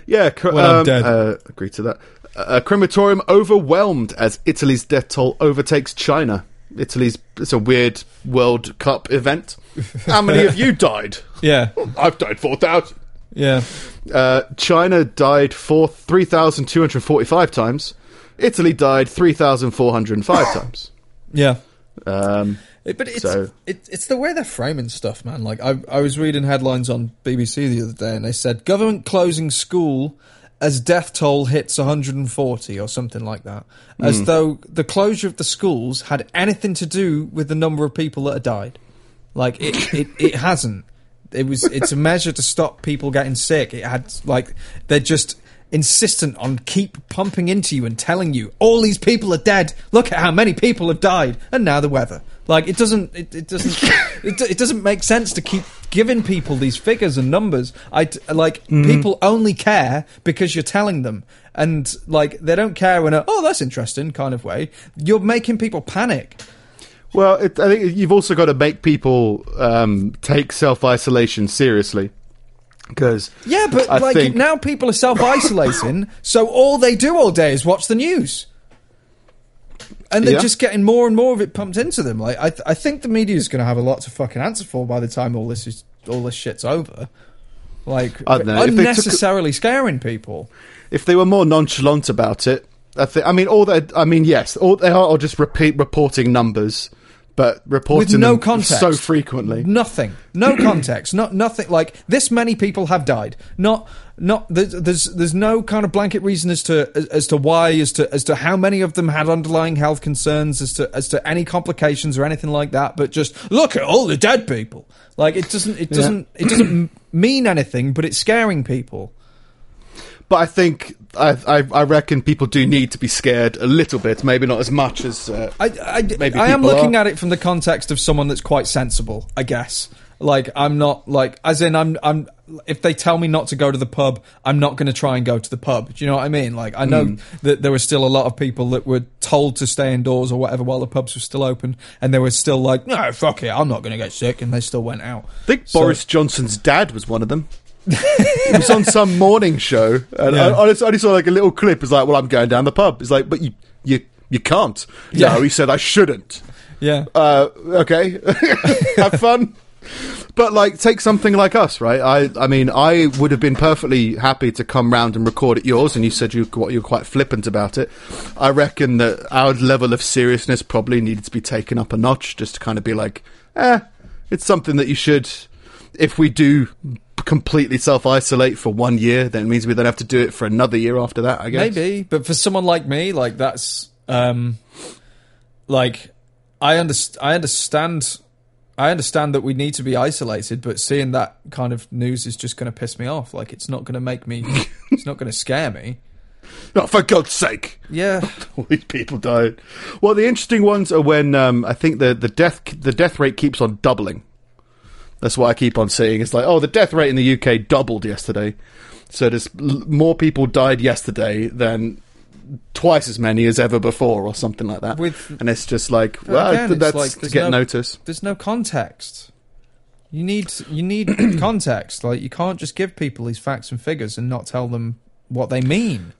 S2: Yeah, cr-
S1: When I'm
S2: um,
S1: dead.
S2: Uh, agree to that. A crematorium overwhelmed as Italy's death toll overtakes China. Italy's it's a weird World Cup (laughs) event. How many of you died?
S1: Yeah.
S2: I've died four thousand.
S1: Yeah.
S2: Uh, China died four three thousand two hundred forty five times. Italy died three thousand four hundred (laughs) five times.
S1: Yeah.
S2: Um,
S1: It- but it's
S2: So-
S1: it, it's the way they're framing stuff, man. Like I I was reading headlines on BBC the other day, and they said government closing school as death toll hits 140 or something like that, as though the closure of the schools had anything to do with the number of people that had died. Like it it, it hasn't. It was it's a measure to stop people getting sick. It had like they're just insistent on keep pumping into you and telling you all these people are dead. Look at how many people have died, and now the weather. Like it doesn't it, it doesn't it, do- it doesn't make sense to keep giving people these figures and numbers. I d- like people only care because you're telling them. And like they don't care in a oh that's interesting kind of way. You're making people panic.
S2: well, it, I think you've also got to make people um, take self isolation seriously because
S1: Yeah, but
S2: I
S1: like
S2: think-
S1: now people are self isolating, so all they do all day is watch the news. And they're
S2: Yeah.
S1: just getting more and more of it pumped into them. Like I, th- I think the media is going to have a lot to fucking answer for by the time all this is all this shit's over. Like
S2: I don't know, if they took-
S1: unnecessarily scaring people.
S2: if they were more nonchalant about it, I think. I mean, all that. I mean, yes, all they are are just repeat reporting numbers, but reporting
S1: no
S2: them
S1: context.
S2: so frequently.
S1: Nothing, no context, not nothing. Like this many people have died. Not, not. There's, there's, there's no kind of blanket reason as to as, as to why, as to as to how many of them had underlying health concerns, as to as to any complications or anything like that. But just look at all the dead people. Like it doesn't, it doesn't, it doesn't m- mean anything, but it's scaring people.
S2: But I think I, I I reckon people do need to be scared a little bit, maybe not as much as. Uh,
S1: I, I,
S2: Maybe
S1: I am
S2: people
S1: looking
S2: are.
S1: at it from the context of someone that's quite sensible, I guess. Like I'm not like as in I'm I'm if they tell me not to go to the pub, I'm not going to try and go to the pub. Do you know what I mean? Like I
S2: Hmm.
S1: know that there were still a lot of people that were told to stay indoors or whatever while the pubs were still open, and they were still like, no, fuck it, I'm not going to get sick, and they still went out.
S2: I think (laughs)
S1: So-
S2: Boris Johnson's dad was one of them. it was on some morning show, and
S1: Yeah.
S2: I, honestly, I only saw like a little clip. It's like, well, I'm going down the pub. It's like, but you, you, you can't.
S1: Yeah.
S2: No, he said I shouldn't.
S1: Yeah.
S2: Uh, okay, (laughs) have fun. But like, take something like us, right? I, I mean, I would have been perfectly happy to come round and record at yours, and you said you what you're quite flippant about it. I reckon that our level of seriousness probably needed to be taken up a notch, just to kind of be like, eh, it's something that you should. If we do completely self isolate for one year, then it means we then have to do it for another year after that. I guess
S1: Maybe, but for someone like me, like that's um, like I underst- I understand. I understand that we need to be isolated, but seeing that kind of news is just going to piss me off. Like it's not going to make me. it's not going to scare me.
S2: not for God's sake.
S1: Yeah.
S2: (laughs) all these people died. Well, the interesting ones are when um, I think the the death the death rate keeps on doubling. That's what I keep on seeing. It's like, oh, the death rate in the UK doubled yesterday, so there's l- more people died yesterday than twice as many as ever before, or something like that.
S1: With-
S2: and it's just like, well,
S1: again,
S2: th-
S1: it's
S2: that's
S1: like
S2: to
S1: there's
S2: get
S1: no-
S2: notice.
S1: There's no context. You need you need context. Like you can't just give people these facts and figures and not tell them what they mean.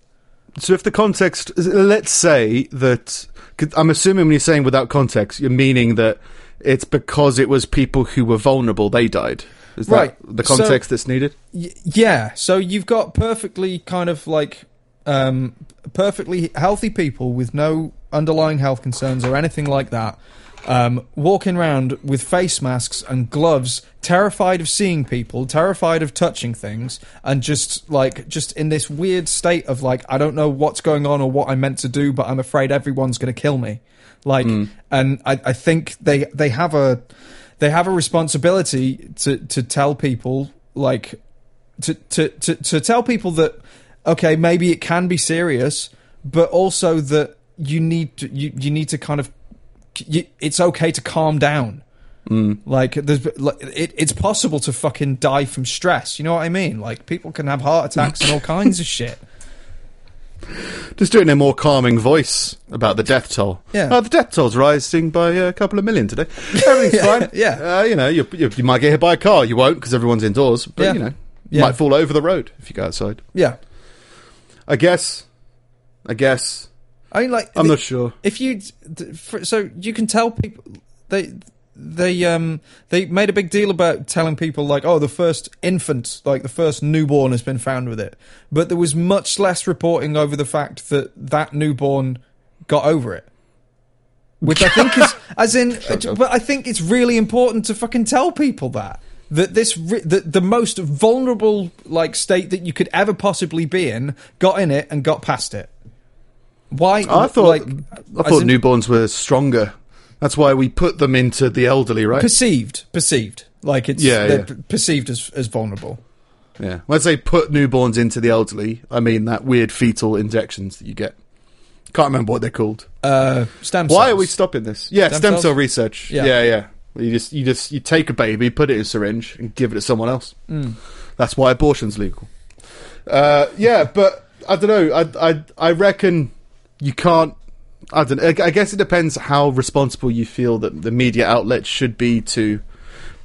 S2: So, if the context, let's say that, 'cause I'm assuming when you're saying without context, you're meaning that it's because it was people who were vulnerable they died. Is
S1: Right.
S2: that the
S1: So-
S2: context that's needed?
S1: Y- yeah so you've got perfectly kind of like um perfectly healthy people with no underlying health concerns or anything like that um walking around with face masks and gloves terrified of seeing people terrified of touching things and just like just in this weird state of like i don't know what's going on or what i'm meant to do but i'm afraid everyone's going to kill me like and I, I think they they have a they have a responsibility to to tell people like to, to, to, to tell people that okay maybe it can be serious but also that you need to, you, you need to kind of you, it's okay to calm down
S2: Mm.
S1: like there's like, it, it's possible to fucking die from stress you know what i mean like people can have heart attacks and all kinds of
S2: (laughs)
S1: shit
S2: Just doing a more calming voice about the death toll.
S1: Yeah.
S2: Oh, the death toll's rising by uh, a couple of million today. Everything's fine.
S1: (laughs) yeah.
S2: Uh, you know, you, you, you might get hit by a car. You won't because everyone's indoors. But,
S1: Yeah.
S2: you know, you
S1: Yeah.
S2: might fall over the road if you go outside.
S1: yeah
S2: I guess. I guess.
S1: i mean like
S2: I'm
S1: the-
S2: not sure.
S1: if you th- for, so you can tell people they they um they made a big deal about telling people like oh the first infant like the first newborn has been found with it but there was much less reporting over the fact that that newborn got over it which i think
S2: (laughs)
S1: is as in but i think it's really important to fucking tell people that that this ri- that the most vulnerable like state that you could ever possibly be in got in it and got past it why
S2: I thought,
S1: like
S2: I
S1: as
S2: thought
S1: in-
S2: newborns were stronger. That's why we put them into the elderly, right?
S1: perceived perceived like it's
S2: Yeah,
S1: they're
S2: yeah.
S1: p- perceived as as vulnerable
S2: yeah. When I say put newborns into the elderly, I mean that weird fetal injections that you get. Can't remember what they're called.
S1: uh stem cells.
S2: Why are we stopping this? Yeah,
S1: Stem
S2: stem,
S1: cells?
S2: cell research.
S1: Yeah.
S2: Yeah. yeah, You just you just you take a baby, put it in a syringe, and give it to someone else.
S1: Mm.
S2: That's why abortion's legal. Uh, yeah, but I don't know. I I I reckon you can't. I don't. I I guess it depends how responsible you feel that the media outlets should be to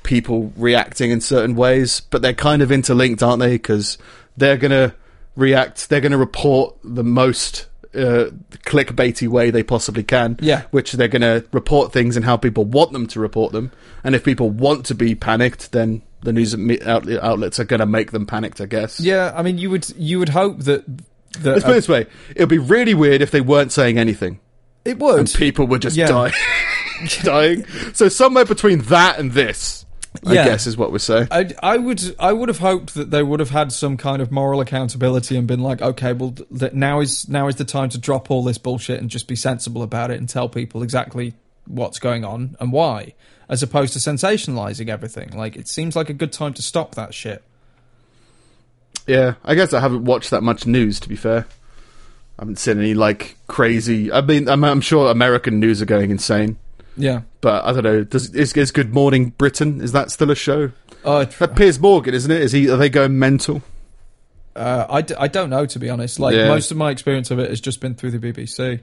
S2: people reacting in certain ways, but they're kind of interlinked, aren't they? Because they're gonna react. They're gonna report the most uh, clickbaity way they possibly can
S1: Yeah.
S2: which they're going to report things and how people want them to report them. And if people want to be panicked, then the news me- outlet- outlets are going to make them panicked, I guess.
S1: yeah i mean you would you would hope that that uh,
S2: Let's put it this way: it would be really weird if they weren't saying anything,
S1: it would
S2: and (laughs) people were just (laughs)
S1: Yeah.
S2: dying, dying. So somewhere between that and this, I
S1: Yeah.
S2: guess, is what we're saying.
S1: I, I would I would have hoped that they would have had some kind of moral accountability and been like, okay, well, th- that now is now is the time to drop all this bullshit and just be sensible about it and tell people exactly what's going on and why, as opposed to sensationalizing everything. Like it seems like a good time to stop that shit.
S2: Yeah, I guess I haven't watched that much news. To be fair, I haven't seen any like crazy. I mean, I'm, I'm sure American news are going insane.
S1: Yeah.
S2: But I don't know. Does is, is Good Morning Britain? Is that still a show? (laughs)
S1: Oh, it-
S2: That Piers Morgan, isn't it? Is he? Are they going mental?
S1: Uh, I, d- I don't know to be honest. Like
S2: Yeah.
S1: most of my experience of it has just been through the BBC,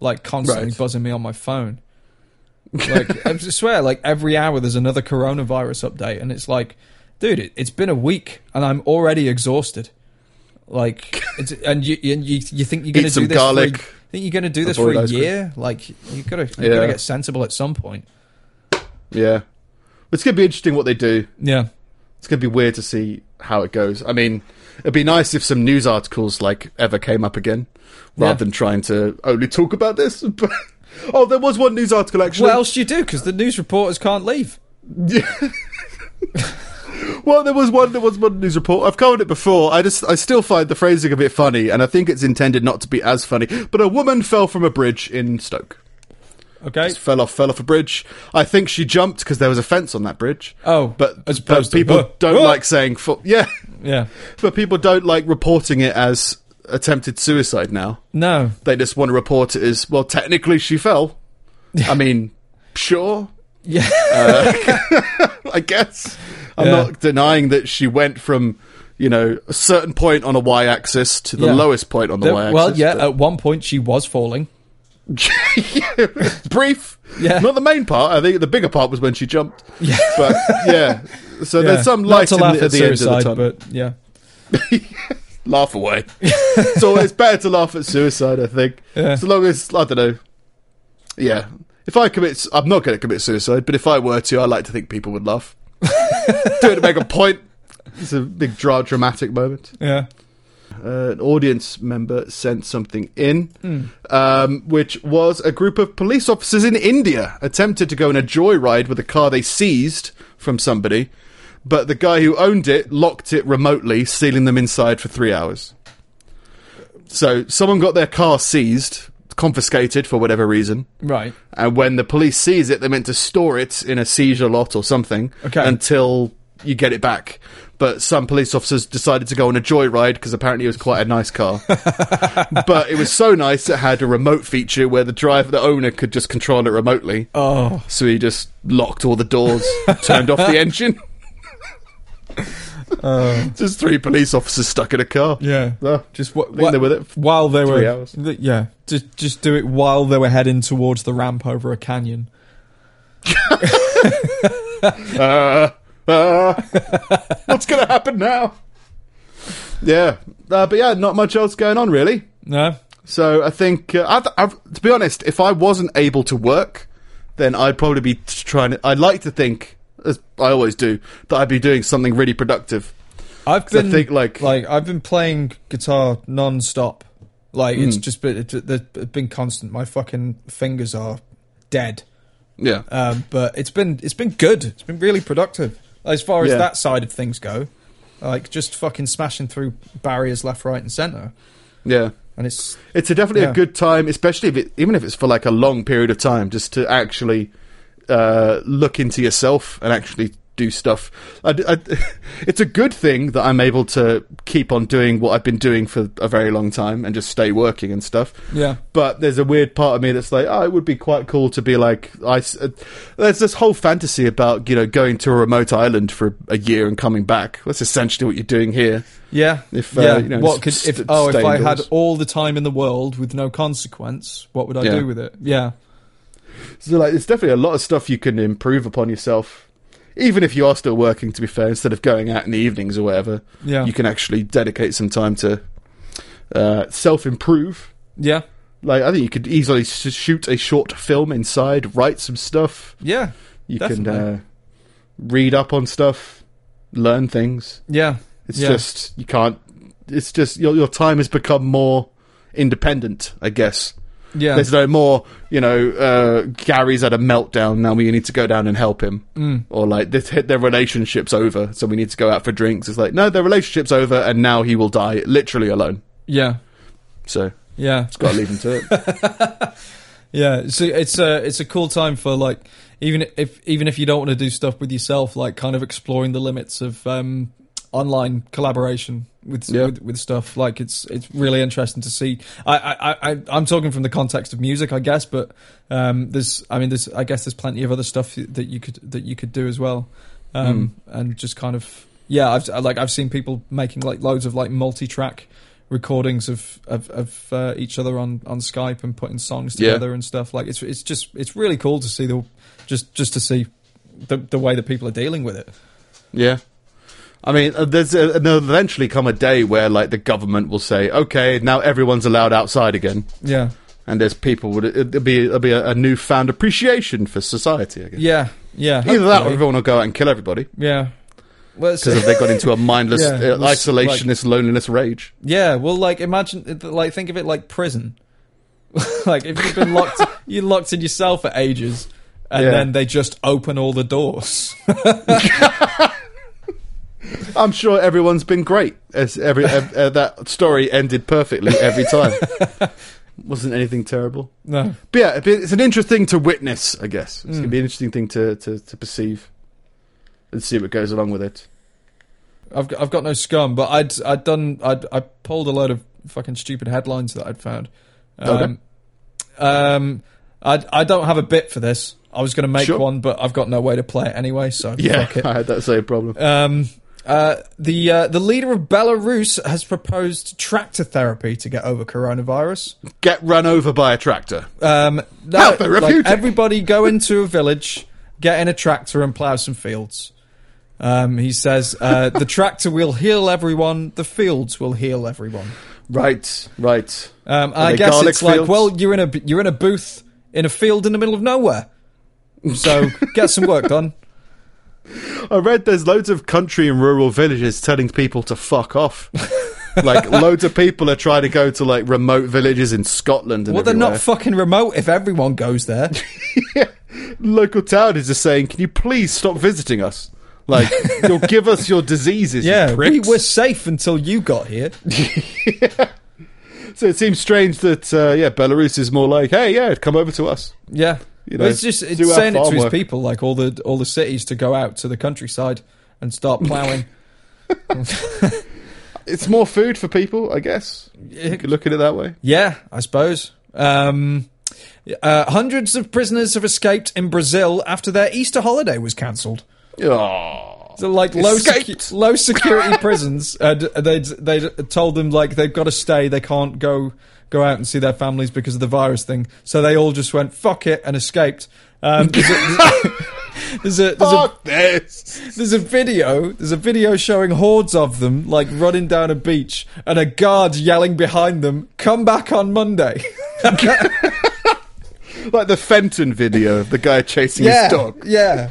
S1: like constantly
S2: Right.
S1: buzzing me on
S2: (laughs)
S1: my phone. Like I swear, like every hour there's another coronavirus update, and it's like dude, it, it's been a week and I'm already exhausted.
S2: (laughs)
S1: Like, it's, and you, and you you think you're gonna
S2: Eat
S1: do
S2: some
S1: this?
S2: garlic.
S1: For, a- think you're gonna do this
S2: Avoid
S1: for a
S2: ice cream.
S1: year? Like, you gotta you
S2: Yeah.
S1: gotta get sensible at some point.
S2: Yeah. It's going to be interesting what they do.
S1: Yeah,
S2: It's going to be weird to see how it goes. I mean, it'd be nice if some news articles like ever came up again rather
S1: Yeah.
S2: than trying to only talk about this. (laughs) oh, there was one news article actually.
S1: what else do you do? Because the news reporters can't leave.
S2: Well, there was one. There was one news report. I've covered it before. I just, I still find the phrasing a bit funny, and I think it's intended not to be as funny. But a woman fell from a bridge in Stoke.
S1: Okay.
S2: Just fell off, fell off a bridge. I think she jumped because there was a fence on that bridge.
S1: Oh,
S2: but
S1: as opposed
S2: but
S1: to,
S2: people
S1: "Huh,
S2: don't
S1: huh."
S2: like saying, fo- yeah,
S1: Yeah.
S2: but people don't like reporting it as attempted suicide. Now
S1: No.
S2: they just want to report it as well. Technically, she fell.
S1: (laughs)
S2: I mean, sure,
S1: Yeah.
S2: I guess. I'm
S1: Yeah.
S2: not denying that she went from, you know, a certain point on a y axis to the
S1: Yeah.
S2: lowest point on the,
S1: The-
S2: y axis.
S1: well, yeah. At one point, she was falling.
S2: (laughs) Brief.
S1: Yeah.
S2: Not the main part. I think the bigger part was when she jumped. Yeah. But yeah.
S1: (laughs)
S2: So
S1: Yeah.
S2: there's some
S1: Not
S2: light
S1: to
S2: in
S1: laugh
S2: the, at the end of the tunnel.
S1: but yeah,
S2: Laugh away. (laughs) so it's better to laugh at suicide, I think.
S1: Yeah.
S2: So long as, I don't know. Yeah. If I commit, I'm not going to commit suicide, but if I were to, I like to think people would laugh. Do it to make a point. It's a big dra- dramatic moment.
S1: yeah.
S2: uh, an audience member sent something in, um, which was a group of police officers in India attempted to go on a joyride with a car they seized from somebody, but the guy who owned it locked it remotely, sealing them inside for three hours. So someone got their car seized, confiscated for whatever reason.
S1: Right.
S2: And when the police seize it, they're meant to store it in a seizure lot or something
S1: Okay.
S2: until you get it back. But some police officers decided to go on a joyride because apparently it was quite a nice
S1: (laughs)
S2: car. but it was so nice it had a remote feature where the driver, the owner, could just control it remotely.
S1: Oh,
S2: So he just locked all the
S1: (laughs)
S2: doors, turned off the engine. (laughs) just three police officers stuck in a car.
S1: Uh. yeah.
S2: Oh,
S1: Just what,
S2: I think they're with it.
S1: while they
S2: three
S1: were
S2: hours.
S1: th- yeah, just just do it while they were heading towards the ramp over a canyon.
S2: uh, uh, what's going to happen now? Yeah, uh, but yeah, not much else going on really.
S1: No.
S2: So I think, uh, I've, I've, to be honest, if I wasn't able to work, then I'd probably be t- trying to. I'd like to think, as I always do, that I'd be doing something really productive.
S1: I've
S2: 'Cause
S1: been
S2: I think, like,
S1: like I've been playing guitar non-stop. Like it's
S2: Hmm.
S1: just been it's it's been constant. My fucking fingers are dead.
S2: yeah,
S1: Um, but it's been it's been good. It's been really productive as far as
S2: Yeah.
S1: that side of things go. Like just fucking smashing through barriers left, right, and center.
S2: yeah.
S1: And it's
S2: It's a definitely
S1: Yeah.
S2: a good time, especially if it, even if it's for like a long period of time, just to actually uh, look into yourself and actually do stuff. I d (laughs) I it's a good thing that I'm able to keep on doing what I've been doing for a very long time and just stay working and stuff.
S1: yeah,
S2: But there's a weird part of me that's like, oh, it would be quite cool to be like, I. s- Uh, there's this whole fantasy about you know going to a remote island for a year and coming back. That's essentially what you're doing here.
S1: yeah,
S2: If, uh,
S1: yeah.
S2: you know,
S1: what could
S2: st-
S1: if oh if
S2: stay
S1: I had
S2: indoors.
S1: all the time in the world with no consequence, what would I
S2: Yeah.
S1: do with it? Yeah,
S2: So like, there's definitely a lot of stuff you can improve upon yourself, even if you are still working. To be fair, instead of going out in the evenings or whatever,
S1: yeah,
S2: you can actually dedicate some time to uh, self-improve.
S1: yeah,
S2: Like, I think you could easily s- shoot a short film inside, write some stuff.
S1: yeah,
S2: You
S1: Definitely.
S2: can uh, read up on stuff, learn things.
S1: yeah,
S2: It's
S1: Yeah.
S2: just you can't. It's just your your time has become more independent, I guess.
S1: yeah.
S2: There's no more, you know, uh, Gary's had a meltdown, now we need to go down and help him.
S1: Mm.
S2: Or like, this, their relationship's over, so we need to go out for drinks. It's like, no, their relationship's over, and now he will die literally alone.
S1: yeah,
S2: So,
S1: yeah.
S2: gotta leave him to
S1: (laughs)
S2: it.
S1: Yeah, so it's a it's a cool time for like even if even if you don't want to do stuff with yourself, like kind of exploring the limits of um, online collaboration with,
S2: Yeah.
S1: with with stuff. Like it's it's really interesting to see. I I, I I- I'm talking from the context of music, I guess, but um, there's I mean there's I guess there's plenty of other stuff that you could that you could do as well, um,
S2: Hmm.
S1: and just kind of yeah, I've I- like I've seen people making like loads of like multi-track recordings of of, of uh, each other on on Skype and putting songs
S2: Yeah.
S1: together and stuff. Like it's it's just it's really cool to see the just just to see the the way that people are dealing with it.
S2: yeah. I mean, uh, there's uh, there'll eventually come a day where like the government will say, okay, now everyone's allowed outside again,
S1: Yeah.
S2: and there's people would it- it'll be it'll be a, a newfound appreciation for society. I guess.
S1: Yeah. Yeah.
S2: Either that, or
S1: hopefully.
S2: everyone will go out and kill everybody
S1: Yeah. Let's
S2: because they got into a mindless,
S1: Yeah,
S2: uh,
S1: it's like-
S2: isolationist, loneliness rage.
S1: Yeah, well, like imagine, it- like think of it like prison. (laughs) like if you've been locked, (laughs) you're locked in your cell for ages, and
S2: Yeah.
S1: then they just open all the doors. (laughs)
S2: I'm sure everyone's been great. As every ev- uh, that story ended perfectly every (laughs) time. Wasn't anything terrible.
S1: no,
S2: But yeah, it'd be- it's an interesting to witness, I guess. It's gonna be an interesting thing to, to, to perceive and see what goes along with it.
S1: I've got, I've got no scum, but I'd I'd done I'd I pulled a load of fucking stupid headlines that I'd found. Um, um, I I don't have a bit for this. I was going to make
S2: Sure.
S1: one, but I've got no way to play it anyway, so
S2: (laughs) Yeah,
S1: fuck it.
S2: I had that same problem.
S1: Um, uh, the uh, the leader of Belarus has proposed tractor therapy to get over coronavirus.
S2: Get run over by a tractor.
S1: Um, no,
S2: How therapeutic.
S1: like, everybody go into a village, get in a tractor, and plough some fields. Um, he says uh, the tractor will heal everyone. The fields will heal everyone.
S2: Right, right.
S1: Um,
S2: they
S1: I guess
S2: garlic
S1: it's like,
S2: fields?
S1: well, you're in a you're in a booth in a field in the middle of nowhere, so get some work
S2: (laughs)
S1: done.
S2: I read there's loads of country and rural villages telling people to fuck
S1: (laughs)
S2: off. like loads of people are trying to go to like remote villages in Scotland and
S1: Well, they're not
S2: everywhere.
S1: fucking remote if everyone
S2: (laughs)
S1: goes there.
S2: local town is just saying, "Can you please stop visiting us?
S1: (laughs)
S2: Like, you'll give us your diseases,
S1: Yeah,
S2: you
S1: we
S2: pricks."
S1: were safe until you got here.
S2: So it seems strange that uh, yeah, Belarus is more like, "Hey, yeah, come over to us."
S1: Yeah,
S2: You
S1: Well,
S2: know,
S1: it's just it's
S2: do our
S1: saying it to
S2: farm
S1: his
S2: work.
S1: people, like all the all the cities, to go out to the countryside and
S2: (laughs)
S1: start ploughing.
S2: It's more food for people, I guess. You could look at it that way.
S1: yeah, I suppose. Um, uh, hundreds of prisoners have escaped in Brazil after their Easter holiday was cancelled.
S2: Oh.
S1: So, like low
S2: Escaped.
S1: secu- low security (laughs) prisons, and they they told them like they've got to stay, they can't go go out and see their families because of the virus thing. So they all just went fuck it and escaped. Um, there's a- (laughs) there's a, there's a
S2: Fuck this!
S1: There's a video. There's a video showing hordes of them like running down a beach, and a guard yelling behind them, "Come back on Monday."
S2: Like the Fenton video of the guy chasing his dog.
S1: yeah,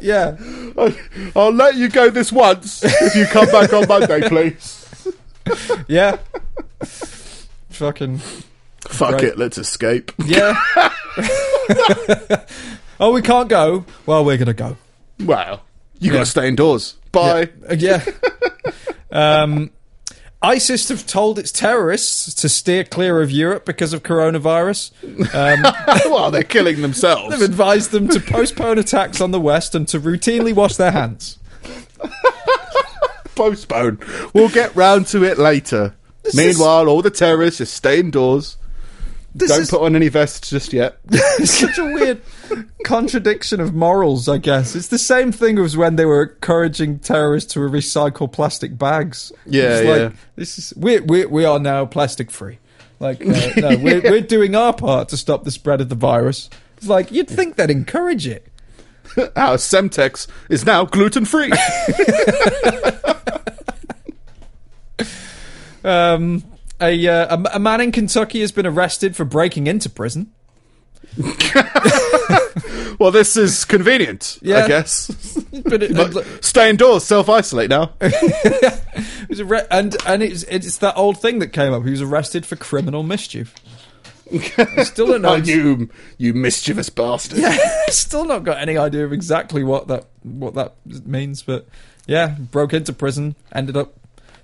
S1: yeah.
S2: I- I'll let you go this once if you come back on Monday, please.
S1: yeah. Fucking
S2: Fuck
S1: Right.
S2: it, let's escape.
S1: yeah. (laughs) oh, we can't go. Well, we're gonna go.
S2: Wow. You
S1: Yeah.
S2: gotta stay indoors. Bye.
S1: Uh, yeah. um, ISIS have told its terrorists to steer clear of Europe because of coronavirus.
S2: (laughs) well, they're killing themselves.
S1: They've advised them to postpone attacks on the West and to routinely wash their hands.
S2: postpone. We'll get round to it later. Meanwhile, all the terrorists just stay indoors.
S1: This
S2: Don't
S1: is (laughs)
S2: put on any vests just yet.
S1: such a weird contradiction of morals, I guess. It's the same thing as when they were encouraging terrorists to recycle plastic bags.
S2: Yeah,
S1: It's
S2: yeah.
S1: like, This is we we we are now plastic free. Like (laughs) uh, no, we're we're doing our part to stop the spread of the virus. It's like you'd think they'd encourage it.
S2: Our Semtex is now gluten
S1: (laughs)
S2: free.
S1: Um, a, uh, a m- a man in Kentucky has been arrested for breaking into prison.
S2: well, this is convenient,
S1: Yeah.
S2: I guess.
S1: But it,
S2: But stay indoors, self isolate now.
S1: He was arre- and and it's it's that old thing that came up. He was arrested for criminal mischief. I still don't know.
S2: (laughs) Oh, you, you mischievous bastard.
S1: (laughs) still not got any idea of exactly what that what that means. But yeah, broke into prison, ended up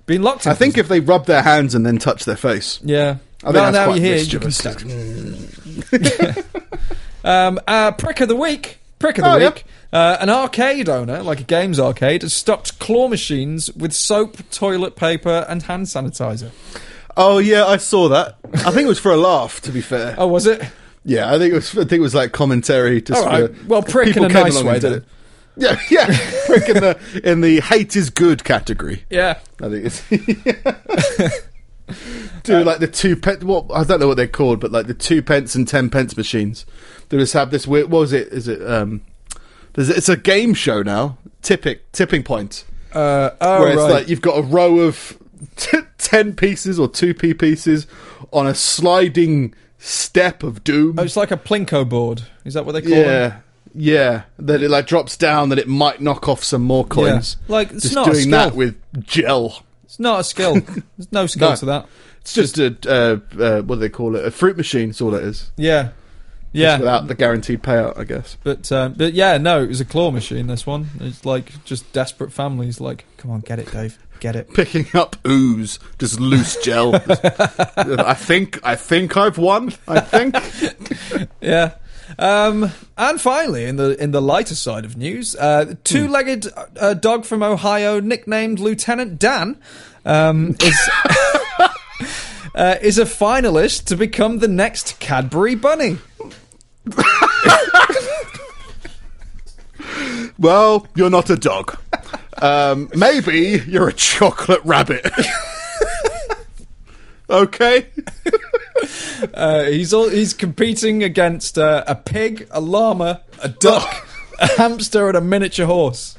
S1: being locked. In
S2: I think
S1: prison.
S2: if they rub their hands and then touch their face.
S1: yeah.
S2: I think
S1: Well,
S2: that's
S1: now
S2: quite
S1: you're here. You can
S2: mischievous.
S1: stop. Um, uh, prick of the week. Prick of the
S2: Oh, yeah.
S1: week. Uh, an arcade owner, like a games arcade, has stocked claw machines with soap, toilet paper, and hand sanitizer.
S2: Oh yeah, I saw that. I think it was for a laugh, to be fair.
S1: Oh, was it?
S2: Yeah, I think it was. I think it was like commentary. Just
S1: All right.
S2: for-
S1: Well, prick
S2: people
S1: in a
S2: came
S1: nice
S2: along
S1: way,
S2: and did
S1: then.
S2: it. Yeah, yeah, (laughs) prick in the in the hate is good category.
S1: Yeah.
S2: I think it's. (laughs)
S1: Uh,
S2: Do like the two pence? What I don't know what they're called, but like the two pence and ten pence machines. They just have this weird. What was it? Is it um? There's, it's a game show now. Tipping tipping point.
S1: Uh, oh,
S2: where it's
S1: right.
S2: like you've got a row of t- 10 pieces or 2p pieces on a sliding step of doom
S1: oh, it's like a plinko board. Is that what they call it?
S2: yeah yeah that it like drops down that it might knock off some more coins
S1: Yeah. Like it's
S2: just
S1: not a
S2: doing
S1: skill.
S2: that with gel
S1: it's not a skill.
S2: (laughs)
S1: There's no skill
S2: No.
S1: to that.
S2: it's just a uh, uh, what do they call it a fruit machine is all it is
S1: Yeah.
S2: Just
S1: Yeah.
S2: without the guaranteed payout i guess
S1: But um, but yeah, no, it was a claw machine. This one, it's like just desperate families. Like, come on, get it, Dave, get it.
S2: picking up ooze just loose
S1: (laughs)
S2: gel i think i think i've won i
S1: (laughs)
S2: think
S1: Yeah. Um, and finally, in the in the lighter side of news, uh, the two-legged uh, dog from Ohio, nicknamed Lieutenant Dan, um, is (laughs) uh, is a finalist to become the next Cadbury Bunny.
S2: Well, you're not a dog. Um, maybe you're a chocolate rabbit. (laughs) okay.
S1: Uh, he's all, he's competing against uh, a pig, a llama,
S2: (laughs)
S1: a duck, a hamster, and a miniature horse.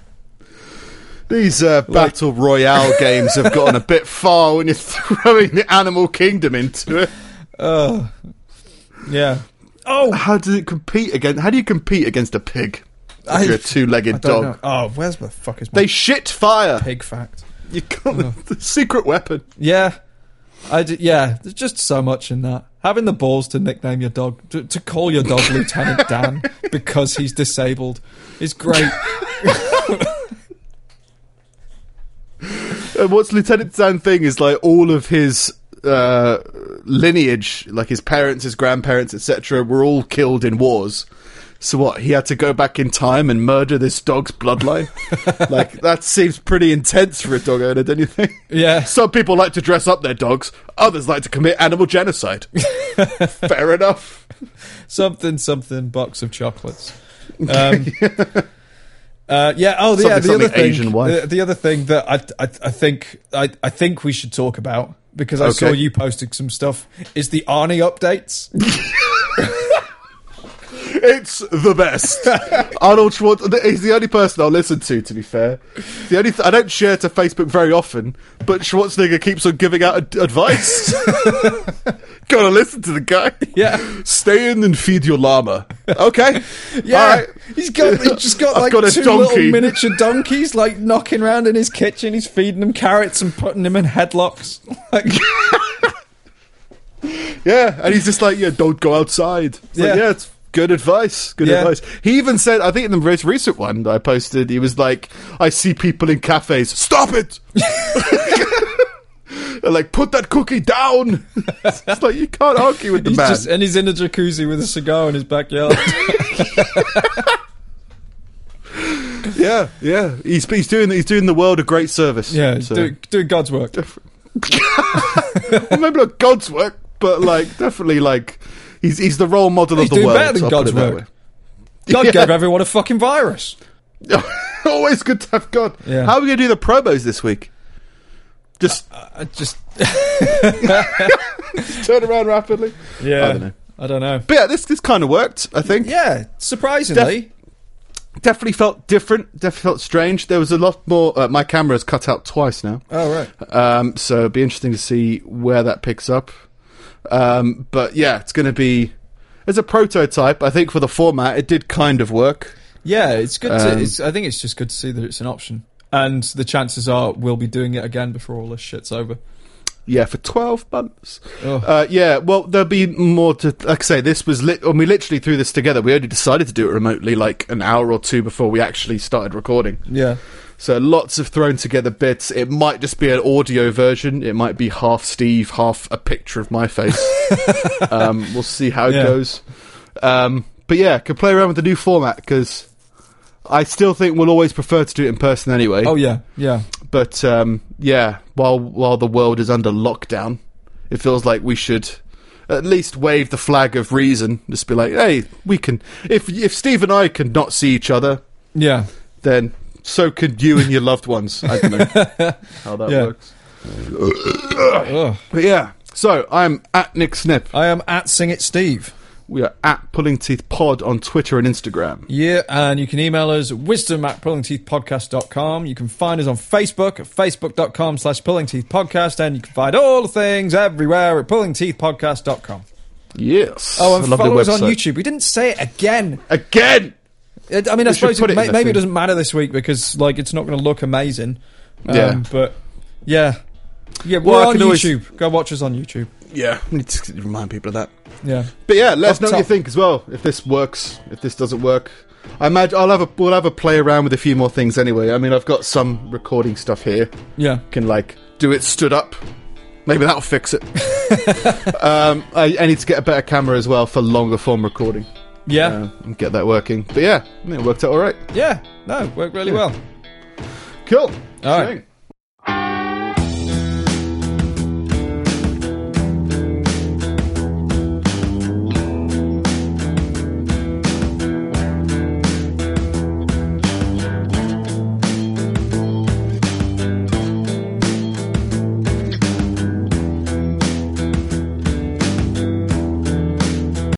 S2: These uh, battle royale games have gotten a bit far when you're (laughs) throwing the animal kingdom into it.
S1: Oh, yeah. Oh,
S2: How does it compete against? How do you compete against a pig? If
S1: I-
S2: you're a two-legged
S1: don't
S2: dog.
S1: know. Oh, where's the fuck is my
S2: They shit fire.
S1: pig fact?
S2: You can't. The (laughs) secret weapon.
S1: Yeah, I d- yeah. There's just so much in that. Having the balls to nickname your dog, to, to call your dog
S2: (laughs)
S1: Lieutenant Dan because he's disabled, is great.
S2: And what's Lieutenant Dan thing is like all of his uh, lineage, like his parents, his grandparents, etc., were all killed in wars. So what? He had to go back in time and murder this dog's bloodline. like that seems pretty intense for a dog owner, don't you think?
S1: Yeah,
S2: Some people like to dress up their dogs. Others like to commit animal genocide. Fair enough.
S1: something something box of chocolates.
S2: (laughs)
S1: Um, uh, yeah. Oh, the, yeah. The
S2: Something,
S1: other
S2: something
S1: thing.
S2: Asian wife.
S1: The, the other thing that I I, I think I, I think we should talk about because I
S2: Okay.
S1: saw you posting some stuff is the Arnie updates.
S2: It's the
S1: (laughs)
S2: best. Arnold Schwarzenegger. He's the only person I'll listen to. To be fair, the only th- I don't share to Facebook very often, but Schwarzenegger keeps on giving out ad-
S1: (laughs)
S2: advice. Gotta listen to the guy. (laughs)
S1: Yeah.
S2: Stay in and feed your llama. Okay.
S1: (laughs) Yeah,
S2: All right.
S1: he's got he's just got
S2: (laughs) I've
S1: like
S2: got a
S1: two
S2: donkey.
S1: little miniature donkeys like knocking around in his kitchen. He's feeding them carrots and putting them in headlocks. (laughs) Like,
S2: (laughs) Yeah, and he's just like, yeah, don't go outside. It's like,
S1: Yeah.
S2: yeah, it's good advice. Good
S1: Yeah.
S2: advice. He even said, I think in the most recent one that I posted, he was like, I see people in cafes. Stop
S1: (laughs)
S2: it! They're like, put that cookie down. it's like you can't argue with the
S1: he's
S2: man.
S1: just and he's in a jacuzzi with a cigar in
S2: (laughs)
S1: his backyard.
S2: Yeah, yeah. He's he's doing he's doing the world a great service.
S1: yeah,
S2: So-
S1: do, doing God's work.
S2: (laughs) well, maybe not God's work, but like definitely like he's he's the role model
S1: He's
S2: of the
S1: doing
S2: world.
S1: better than
S2: I'll put
S1: God's
S2: it that
S1: work.
S2: way.
S1: God
S2: Yeah.
S1: gave everyone a fucking virus.
S2: (laughs) Always good to have God.
S1: Yeah. Uh,
S2: How are we gonna do the promos this week? Just
S1: I just (laughs) uh,
S2: turn around rapidly.
S1: yeah,
S2: I don't know.
S1: I don't know.
S2: But yeah, this this kind of worked. I think
S1: Yeah, surprisingly,
S2: definitely felt different. Definitely felt strange. There was a lot more. Uh, my camera's cut out twice now,
S1: oh right,
S2: um, so it'd be interesting to see where that picks up. Um, but yeah, it's going to be as a prototype. I think for the format, it did kind of work.
S1: yeah, it's good. to,
S2: Um,
S1: it's, I think it's just good to see that it's an option, and the chances are we'll be doing it again before all this shit's over.
S2: Yeah, for twelve months.
S1: Ugh.
S2: Uh, yeah, well, there'll be more to. Like I say, this was lit. When we literally threw this together, we only decided to do it remotely like an hour or two before we actually started recording.
S1: yeah,
S2: So lots of thrown together bits. It might just be an audio version. It might be half Steve, half a picture of my
S1: (laughs)
S2: face. um, we'll see how it
S1: Yeah.
S2: goes. Um, but yeah, can play around with the new format because I still think we'll always prefer to do it in person anyway.
S1: oh yeah, yeah.
S2: But um, yeah, while while the world is under lockdown, it feels like we should at least wave the flag of reason. Just be like, hey, we can. If if Steve and I can not see each other,
S1: Yeah,
S2: then so could you and your loved ones. I don't know (laughs) how that
S1: Yeah.
S2: works.
S1: Ugh.
S2: But yeah, so I'm at Nick Snip.
S1: I am at Sing It Steve.
S2: We are at Pulling Teeth Pod on Twitter and Instagram.
S1: Yeah, and you can email us at wisdom at pullingteethpodcast.com. You can find us on Facebook at facebook.com slash pullingteethpodcast, and you can find all the things everywhere at pullingteethpodcast.com.
S2: Yes.
S1: Oh, and
S2: A lovely
S1: follow us on
S2: website.
S1: YouTube. We didn't say it again.
S2: Again!
S1: I I mean, I
S2: We should
S1: suppose
S2: put it
S1: it
S2: in
S1: may,
S2: the
S1: maybe it
S2: thing.
S1: doesn't matter this week because like it's not going to look amazing. Um,
S2: Yeah.
S1: but yeah, yeah.
S2: Well,
S1: we're
S2: I
S1: on
S2: can always-
S1: YouTube. Go watch us on YouTube.
S2: Yeah, we need to remind people of that.
S1: Yeah.
S2: But yeah, let us
S1: Up
S2: know what you
S1: top.
S2: think as well. If this works, if this doesn't work, I imagine I'll have a we'll have a play around with a few more things anyway. I mean, I've got some recording stuff here.
S1: Yeah.
S2: Can like do it stood up. Maybe that'll fix
S1: (laughs)
S2: it. um, I, I need to get a better camera as well for longer form recording.
S1: Yeah.
S2: Uh, and get that working. But yeah, I mean, it worked out all right.
S1: Yeah. No, worked really well.
S2: Cool.
S1: All right.
S2: Shame.